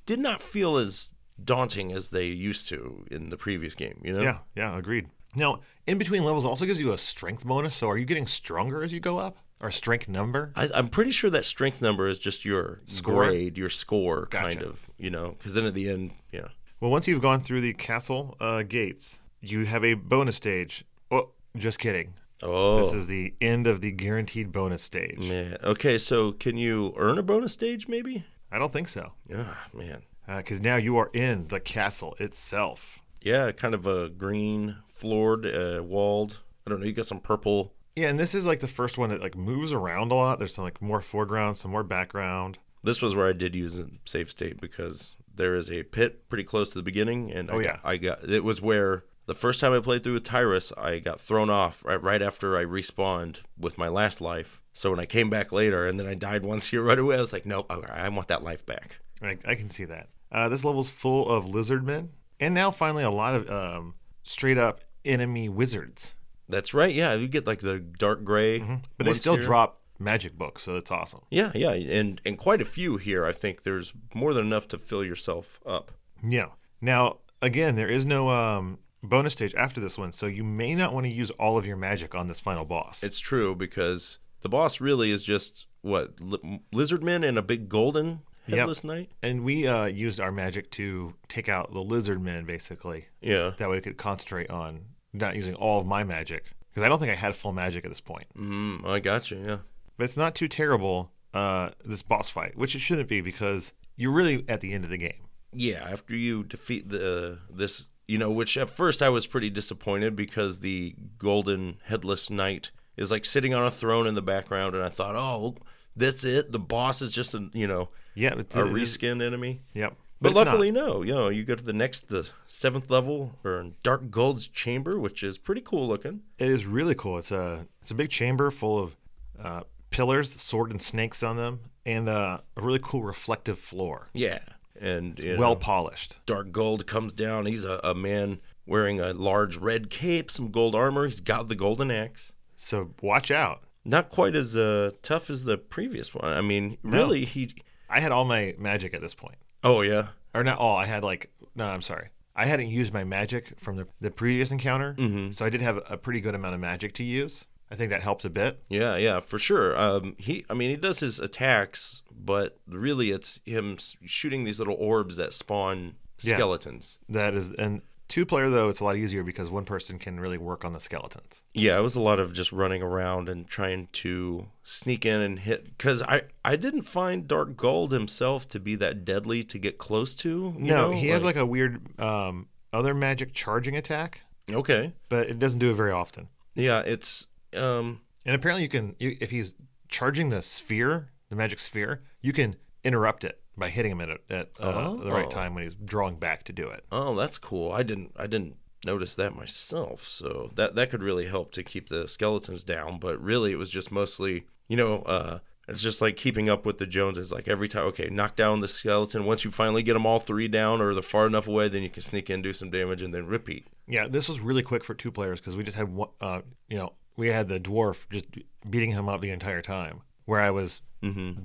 [SPEAKER 2] did not feel as daunting as they used to in the previous game you know
[SPEAKER 1] Yeah, yeah, agreed. Now, in between levels, it also gives you a strength bonus. So, are you getting stronger as you go up, or strength number?
[SPEAKER 2] I, I'm pretty sure that strength number is just your
[SPEAKER 1] Score?
[SPEAKER 2] grade, your score, kind
[SPEAKER 1] Gotcha.
[SPEAKER 2] of, you know, because then at the end, yeah.
[SPEAKER 1] Well, once you've gone through the castle uh, gates, you have a bonus stage. Oh, just kidding.
[SPEAKER 2] Oh,
[SPEAKER 1] This is the end of the guaranteed bonus stage.
[SPEAKER 2] man. Okay, so can you earn a bonus stage, maybe?
[SPEAKER 1] I don't think so,
[SPEAKER 2] Yeah, man.
[SPEAKER 1] because now you are in the castle itself.
[SPEAKER 2] Yeah, kind of a green floored, uh, walled. I don't know. You got some purple.
[SPEAKER 1] Yeah, and this is like the first one that like moves around a lot. There's some like more foreground, some more background.
[SPEAKER 2] This was where I did use a save state because there is a pit pretty close to the beginning, and
[SPEAKER 1] Oh,
[SPEAKER 2] I,
[SPEAKER 1] yeah.
[SPEAKER 2] I got it was where the first time I played through with Tyrus, I got thrown off right, right after I respawned with my last life. So when I came back later, and then I died once here right away, I was like, nope, all right, I want that life back.
[SPEAKER 1] I, I can see that. Uh, this level's full of lizard men, and now finally a lot of um, straight up enemy wizards.
[SPEAKER 2] That's right. Yeah, you get like the dark gray,
[SPEAKER 1] Mm-hmm. But they
[SPEAKER 2] ones
[SPEAKER 1] still
[SPEAKER 2] here.
[SPEAKER 1] drop magic books, so it's awesome.
[SPEAKER 2] Yeah, yeah, and and quite a few here. I think there's more than enough to fill yourself up.
[SPEAKER 1] Yeah. Now, again, there is no um, bonus stage after this one, so you may not want to use all of your magic on this final boss.
[SPEAKER 2] It's true because the boss really is just what li- lizardmen and a big golden
[SPEAKER 1] Yep.
[SPEAKER 2] headless knight.
[SPEAKER 1] and we uh, used our magic to take out the lizard men, basically.
[SPEAKER 2] Yeah,
[SPEAKER 1] That way, I could concentrate on not using all of my magic because I don't think I had full magic at this point.
[SPEAKER 2] mm, I got you. Yeah,
[SPEAKER 1] But it's not too terrible. Uh, this boss fight, which it shouldn't be, because you're really at the end of the game.
[SPEAKER 2] yeah. After you defeat the this, you know, which at first I was pretty disappointed because the golden headless knight is like sitting on a throne in the background, and I thought, oh, that's it. The boss is just a you know
[SPEAKER 1] Yeah. It's,
[SPEAKER 2] a
[SPEAKER 1] it is-
[SPEAKER 2] reskin enemy.
[SPEAKER 1] Yep.
[SPEAKER 2] But,
[SPEAKER 1] it's not.
[SPEAKER 2] luckily, no. You know, you go to the next, the seventh level, or Dark Gold's chamber, which is pretty cool looking.
[SPEAKER 1] It is really cool. It's a it's a big chamber full of uh, pillars, sword and snakes on them, and uh, a really cool reflective floor,
[SPEAKER 2] Yeah, and you know,
[SPEAKER 1] well polished.
[SPEAKER 2] Dark Gold comes down. He's a, a man wearing a large red cape, some gold armor. He's got the golden axe.
[SPEAKER 1] So watch out.
[SPEAKER 2] Not quite as uh, tough as the previous one. I mean, really, he.
[SPEAKER 1] I had all my magic at this point,
[SPEAKER 2] Oh yeah,
[SPEAKER 1] or not all. I had like no, I'm sorry. I hadn't used my magic from the, the previous encounter,
[SPEAKER 2] Mm-hmm.
[SPEAKER 1] so I did have a pretty good amount of magic to use. I think that helped a bit.
[SPEAKER 2] yeah, yeah, for sure. Um, he, I mean, he does his attacks, but really, it's him s- shooting these little orbs that spawn
[SPEAKER 1] Yeah.
[SPEAKER 2] skeletons.
[SPEAKER 1] That is, and two player though, it's a lot easier because one person can really work on the skeletons.
[SPEAKER 2] Yeah, it was a lot of just running around and trying to sneak in and hit. Because I, I didn't find Dark Gold himself to be that deadly to get close to. you
[SPEAKER 1] No,
[SPEAKER 2] know?
[SPEAKER 1] he has like a weird um, other magic charging attack,
[SPEAKER 2] Okay.
[SPEAKER 1] but it doesn't do it very often.
[SPEAKER 2] Yeah, it's. um
[SPEAKER 1] And apparently, you can you, if he's charging the sphere, the magic sphere, you can interrupt it by hitting him at, a, at uh, the
[SPEAKER 2] Oh.
[SPEAKER 1] right time when he's drawing back to do it.
[SPEAKER 2] Oh, that's cool. I didn't. I didn't notice that myself. So that that could really help to keep the skeletons down. But really, it was just mostly, you know, uh, it's just like keeping up with the Joneses. Like every time, okay, knock down the skeleton. Once you finally get them all three down, or they're far enough away, then you can sneak in, do some damage, and then repeat.
[SPEAKER 1] Yeah, this was really quick for two players because we just had one. Uh, you know, we had the dwarf just beating him up the entire time, where I was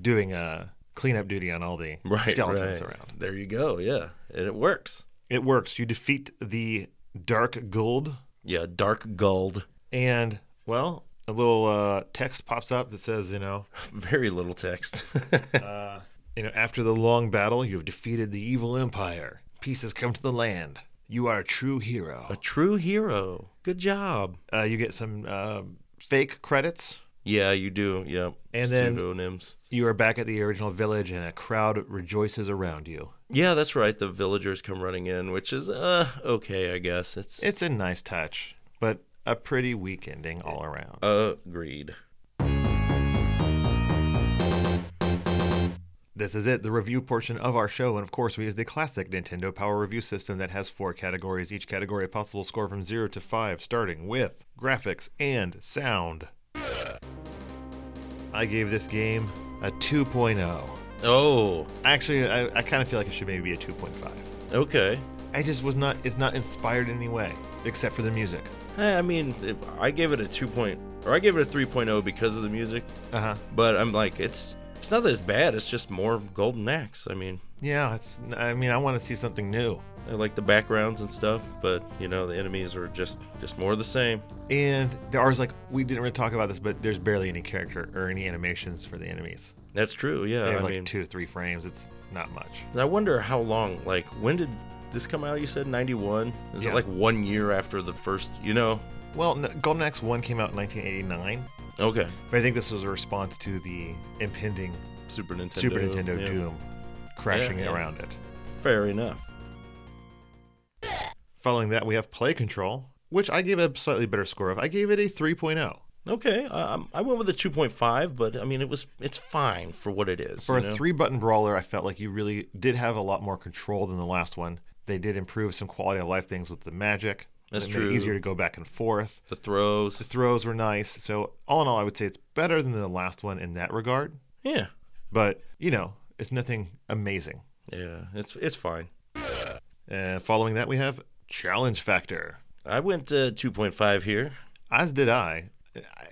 [SPEAKER 1] doing uh, cleanup duty on all the skeletons around.
[SPEAKER 2] There you go. Yeah, and it works.
[SPEAKER 1] It works. You defeat the dark gold
[SPEAKER 2] Yeah, dark gold.
[SPEAKER 1] and well a little uh, text pops up that says you know
[SPEAKER 2] Very little text.
[SPEAKER 1] uh, you know after the long battle you have defeated the evil empire peace has come to the land you are a true hero
[SPEAKER 2] a true hero. Good job.
[SPEAKER 1] uh, you get some um fake credits
[SPEAKER 2] Yeah, you do. Yeah.
[SPEAKER 1] And then-
[SPEAKER 2] pseudonyms.
[SPEAKER 1] you are back at the original village and a crowd rejoices around you
[SPEAKER 2] Yeah, that's right. The villagers come running in, which is uh okay, I guess. It's
[SPEAKER 1] it's a nice touch but a pretty weak ending all around
[SPEAKER 2] agreed.
[SPEAKER 1] This is it, the review portion of our show, and of course, we use the classic Nintendo Power Review system that has four categories, each category a possible score from 0 to 5, starting with graphics and sound. I gave this game a 2.0.
[SPEAKER 2] Oh,
[SPEAKER 1] Actually, I, I kind of feel like it should maybe be a 2.5.
[SPEAKER 2] okay.
[SPEAKER 1] I just was not, it's not inspired in any way, except for the music.
[SPEAKER 2] Eh, I mean, if I gave it a 2 point or I gave it a 3.0 because of the music,
[SPEAKER 1] Uh huh.
[SPEAKER 2] but I'm like it's it's not that it's bad, it's just more golden axe. I mean,
[SPEAKER 1] Yeah, it's, I mean, I want to see something new.
[SPEAKER 2] I like the backgrounds and stuff, but you know, the enemies are just just more the same.
[SPEAKER 1] And there are, like, we didn't really talk about this, but there's barely any character or any animations for the enemies.
[SPEAKER 2] That's true. Yeah,
[SPEAKER 1] They
[SPEAKER 2] Oh, I
[SPEAKER 1] have like
[SPEAKER 2] mean,
[SPEAKER 1] two, three frames. It's not much.
[SPEAKER 2] I wonder how long. Like, when did this come out? You said '91. Is
[SPEAKER 1] Yeah.
[SPEAKER 2] it like one year after the first? You know?
[SPEAKER 1] Well, no, Golden Axe One came out in 1989,
[SPEAKER 2] Okay.
[SPEAKER 1] but I think this was a response to the impending
[SPEAKER 2] Super Nintendo.
[SPEAKER 1] Super Nintendo
[SPEAKER 2] yeah.
[SPEAKER 1] Doom crashing
[SPEAKER 2] Yeah, yeah.
[SPEAKER 1] around it.
[SPEAKER 2] Fair enough.
[SPEAKER 1] Following that, we have Play Control, which I gave a slightly better score of. I gave it a 3.0.
[SPEAKER 2] Okay, um, I went with a 2.5, but I mean it was it's fine for what it is.
[SPEAKER 1] For
[SPEAKER 2] you
[SPEAKER 1] a
[SPEAKER 2] know?
[SPEAKER 1] three button brawler, I felt like you really did have a lot more control than the last one. They did improve some quality of life things with the magic.
[SPEAKER 2] That's
[SPEAKER 1] It made it
[SPEAKER 2] true.
[SPEAKER 1] easier to go back and forth.
[SPEAKER 2] the throws,
[SPEAKER 1] The throws were nice. So all in all, I would say it's better than the last one in that regard.
[SPEAKER 2] yeah,
[SPEAKER 1] But you know, it's nothing amazing.
[SPEAKER 2] yeah, it's it's fine.
[SPEAKER 1] And following that, we have challenge factor.
[SPEAKER 2] I went uh, 2.5 here.
[SPEAKER 1] As did I.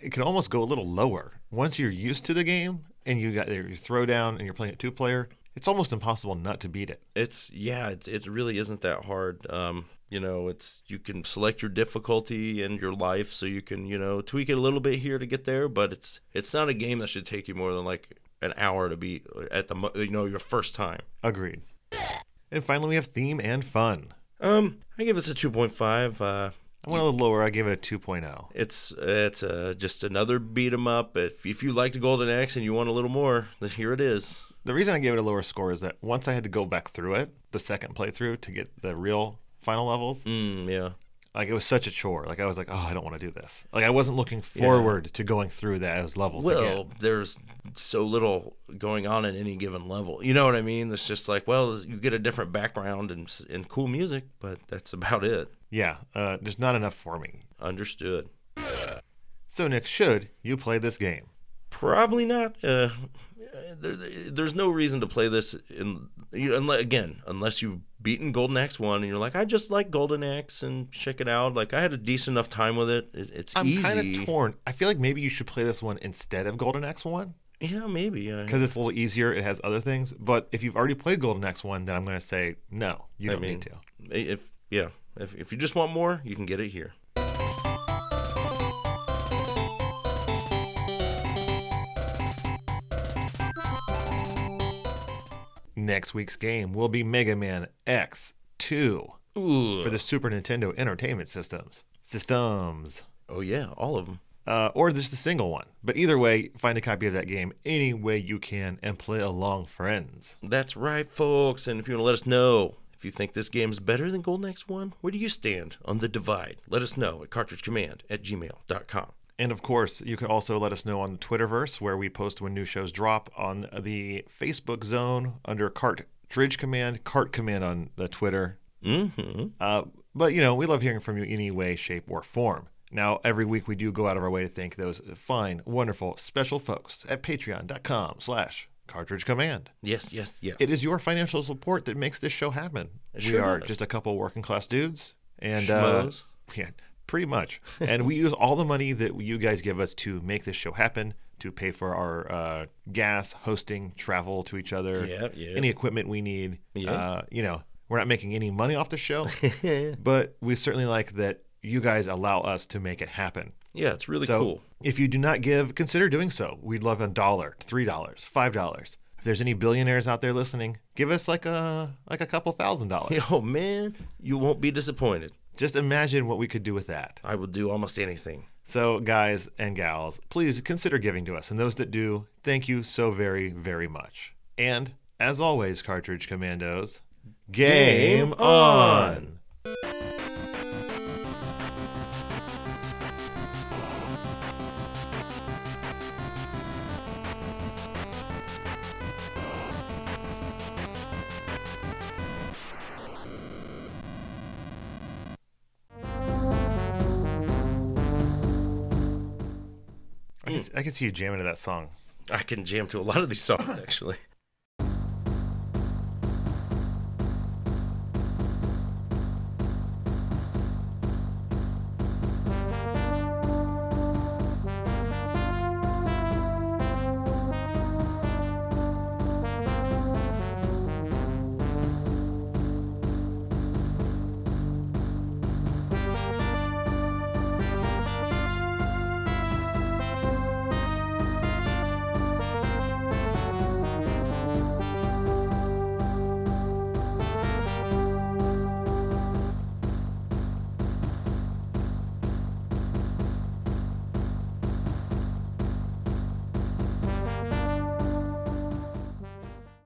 [SPEAKER 1] It can almost go a little lower once you're used to the game and you got your throwdown and you're playing it two player. It's almost impossible not to beat it.
[SPEAKER 2] It's yeah, it's, it really isn't that hard. Um, you know, it's you can select your difficulty and your life, so you can you know tweak it a little bit here to get there. But it's it's not a game that should take you more than like an hour to beat at the mo- you know your first time.
[SPEAKER 1] Agreed. And finally, we have theme and fun.
[SPEAKER 2] Um, I give this a 2.5. Uh,
[SPEAKER 1] I went a little lower. I gave it a oh. 2.0.
[SPEAKER 2] It's it's uh, just another beat 'em up. If if you like the Golden Axe and you want a little more, then here it is.
[SPEAKER 1] The reason I gave it a lower score is that once I had to go back through it, the second playthrough to get the real final levels,
[SPEAKER 2] Mm, yeah,
[SPEAKER 1] like it was such a chore. Like I was like, oh, I don't want to do this. Like I wasn't looking forward to going through those levels
[SPEAKER 2] well,
[SPEAKER 1] again.
[SPEAKER 2] there's so little going on in any given level. You know what I mean? It's just like, well, you get a different background and s- and cool music, but that's about it.
[SPEAKER 1] Yeah, uh, just not enough for me.
[SPEAKER 2] Understood.
[SPEAKER 1] So Nick, should you play this game?
[SPEAKER 2] Probably not. Uh, there, there's no reason to play this in you know, unless, again unless you've beaten Golden Axe one and you're like, I just like Golden Axe and check it out. Like I had a decent enough time with it. it it's
[SPEAKER 1] I'm
[SPEAKER 2] easy.
[SPEAKER 1] kind of torn. I feel like maybe you should play this one instead of Golden Axe One
[SPEAKER 2] Yeah, maybe. Uh,
[SPEAKER 1] because it's a little easier. It has other things. But if you've already played Golden Axe One, then I'm going to say no. You don't
[SPEAKER 2] mean-
[SPEAKER 1] need to.
[SPEAKER 2] if yeah, if if you just want more, you can get it here.
[SPEAKER 1] Next week's game will be Mega Man X2
[SPEAKER 2] Ooh.
[SPEAKER 1] for the Super Nintendo Entertainment Systems. Systems.
[SPEAKER 2] oh yeah, all of them.
[SPEAKER 1] Uh, or just the single one. But either way, find a copy of that game any way you can and play along, friends.
[SPEAKER 2] That's right, folks. And if you want to let us know if you think this game is better than Golden Axe one, where do you stand on the divide? Let us know at cartridgecommand at gmail.com.
[SPEAKER 1] And of course, you can also let us know on the Twitterverse where we post when new shows drop on the Facebook zone under Cart Dridge Command, Cart Command on the Twitter.
[SPEAKER 2] Mm-hmm.
[SPEAKER 1] Uh, but you know, we love hearing from you any way, shape, or form. Now, every week we do go out of our way to thank those fine, wonderful, special folks at patreon.com slash cartridge command.
[SPEAKER 2] Yes, yes, yes.
[SPEAKER 1] It is your financial support that makes this show happen. we
[SPEAKER 2] sure
[SPEAKER 1] are
[SPEAKER 2] does.
[SPEAKER 1] just a couple working class dudes and uh,
[SPEAKER 2] Schmoes.
[SPEAKER 1] yeah, pretty much. and we use all the money that you guys give us to make this show happen, to pay for our uh, gas, hosting, travel to each other,
[SPEAKER 2] Yeah, yeah.
[SPEAKER 1] any equipment we need.
[SPEAKER 2] Yeah.
[SPEAKER 1] Uh, you know, we're not making any money off the show, but we certainly like that you guys allow us to make it happen.
[SPEAKER 2] yeah, it's really
[SPEAKER 1] So
[SPEAKER 2] cool.
[SPEAKER 1] if you do not give, consider doing so. We'd love a dollar, three dollars, five dollars. If there's any billionaires out there listening, give us like a like a couple thousand dollars.
[SPEAKER 2] Oh man, you won't be disappointed.
[SPEAKER 1] Just imagine what we could do with that.
[SPEAKER 2] I will do almost anything.
[SPEAKER 1] So guys and gals, please consider giving to us. And those that do, thank you so very, very much. And as always, Cartridge Commandos, game,
[SPEAKER 2] Game
[SPEAKER 1] on.
[SPEAKER 2] on.
[SPEAKER 1] I can, I can see you jamming to that song.
[SPEAKER 2] Hmm. I can jam to a lot of these songs actually.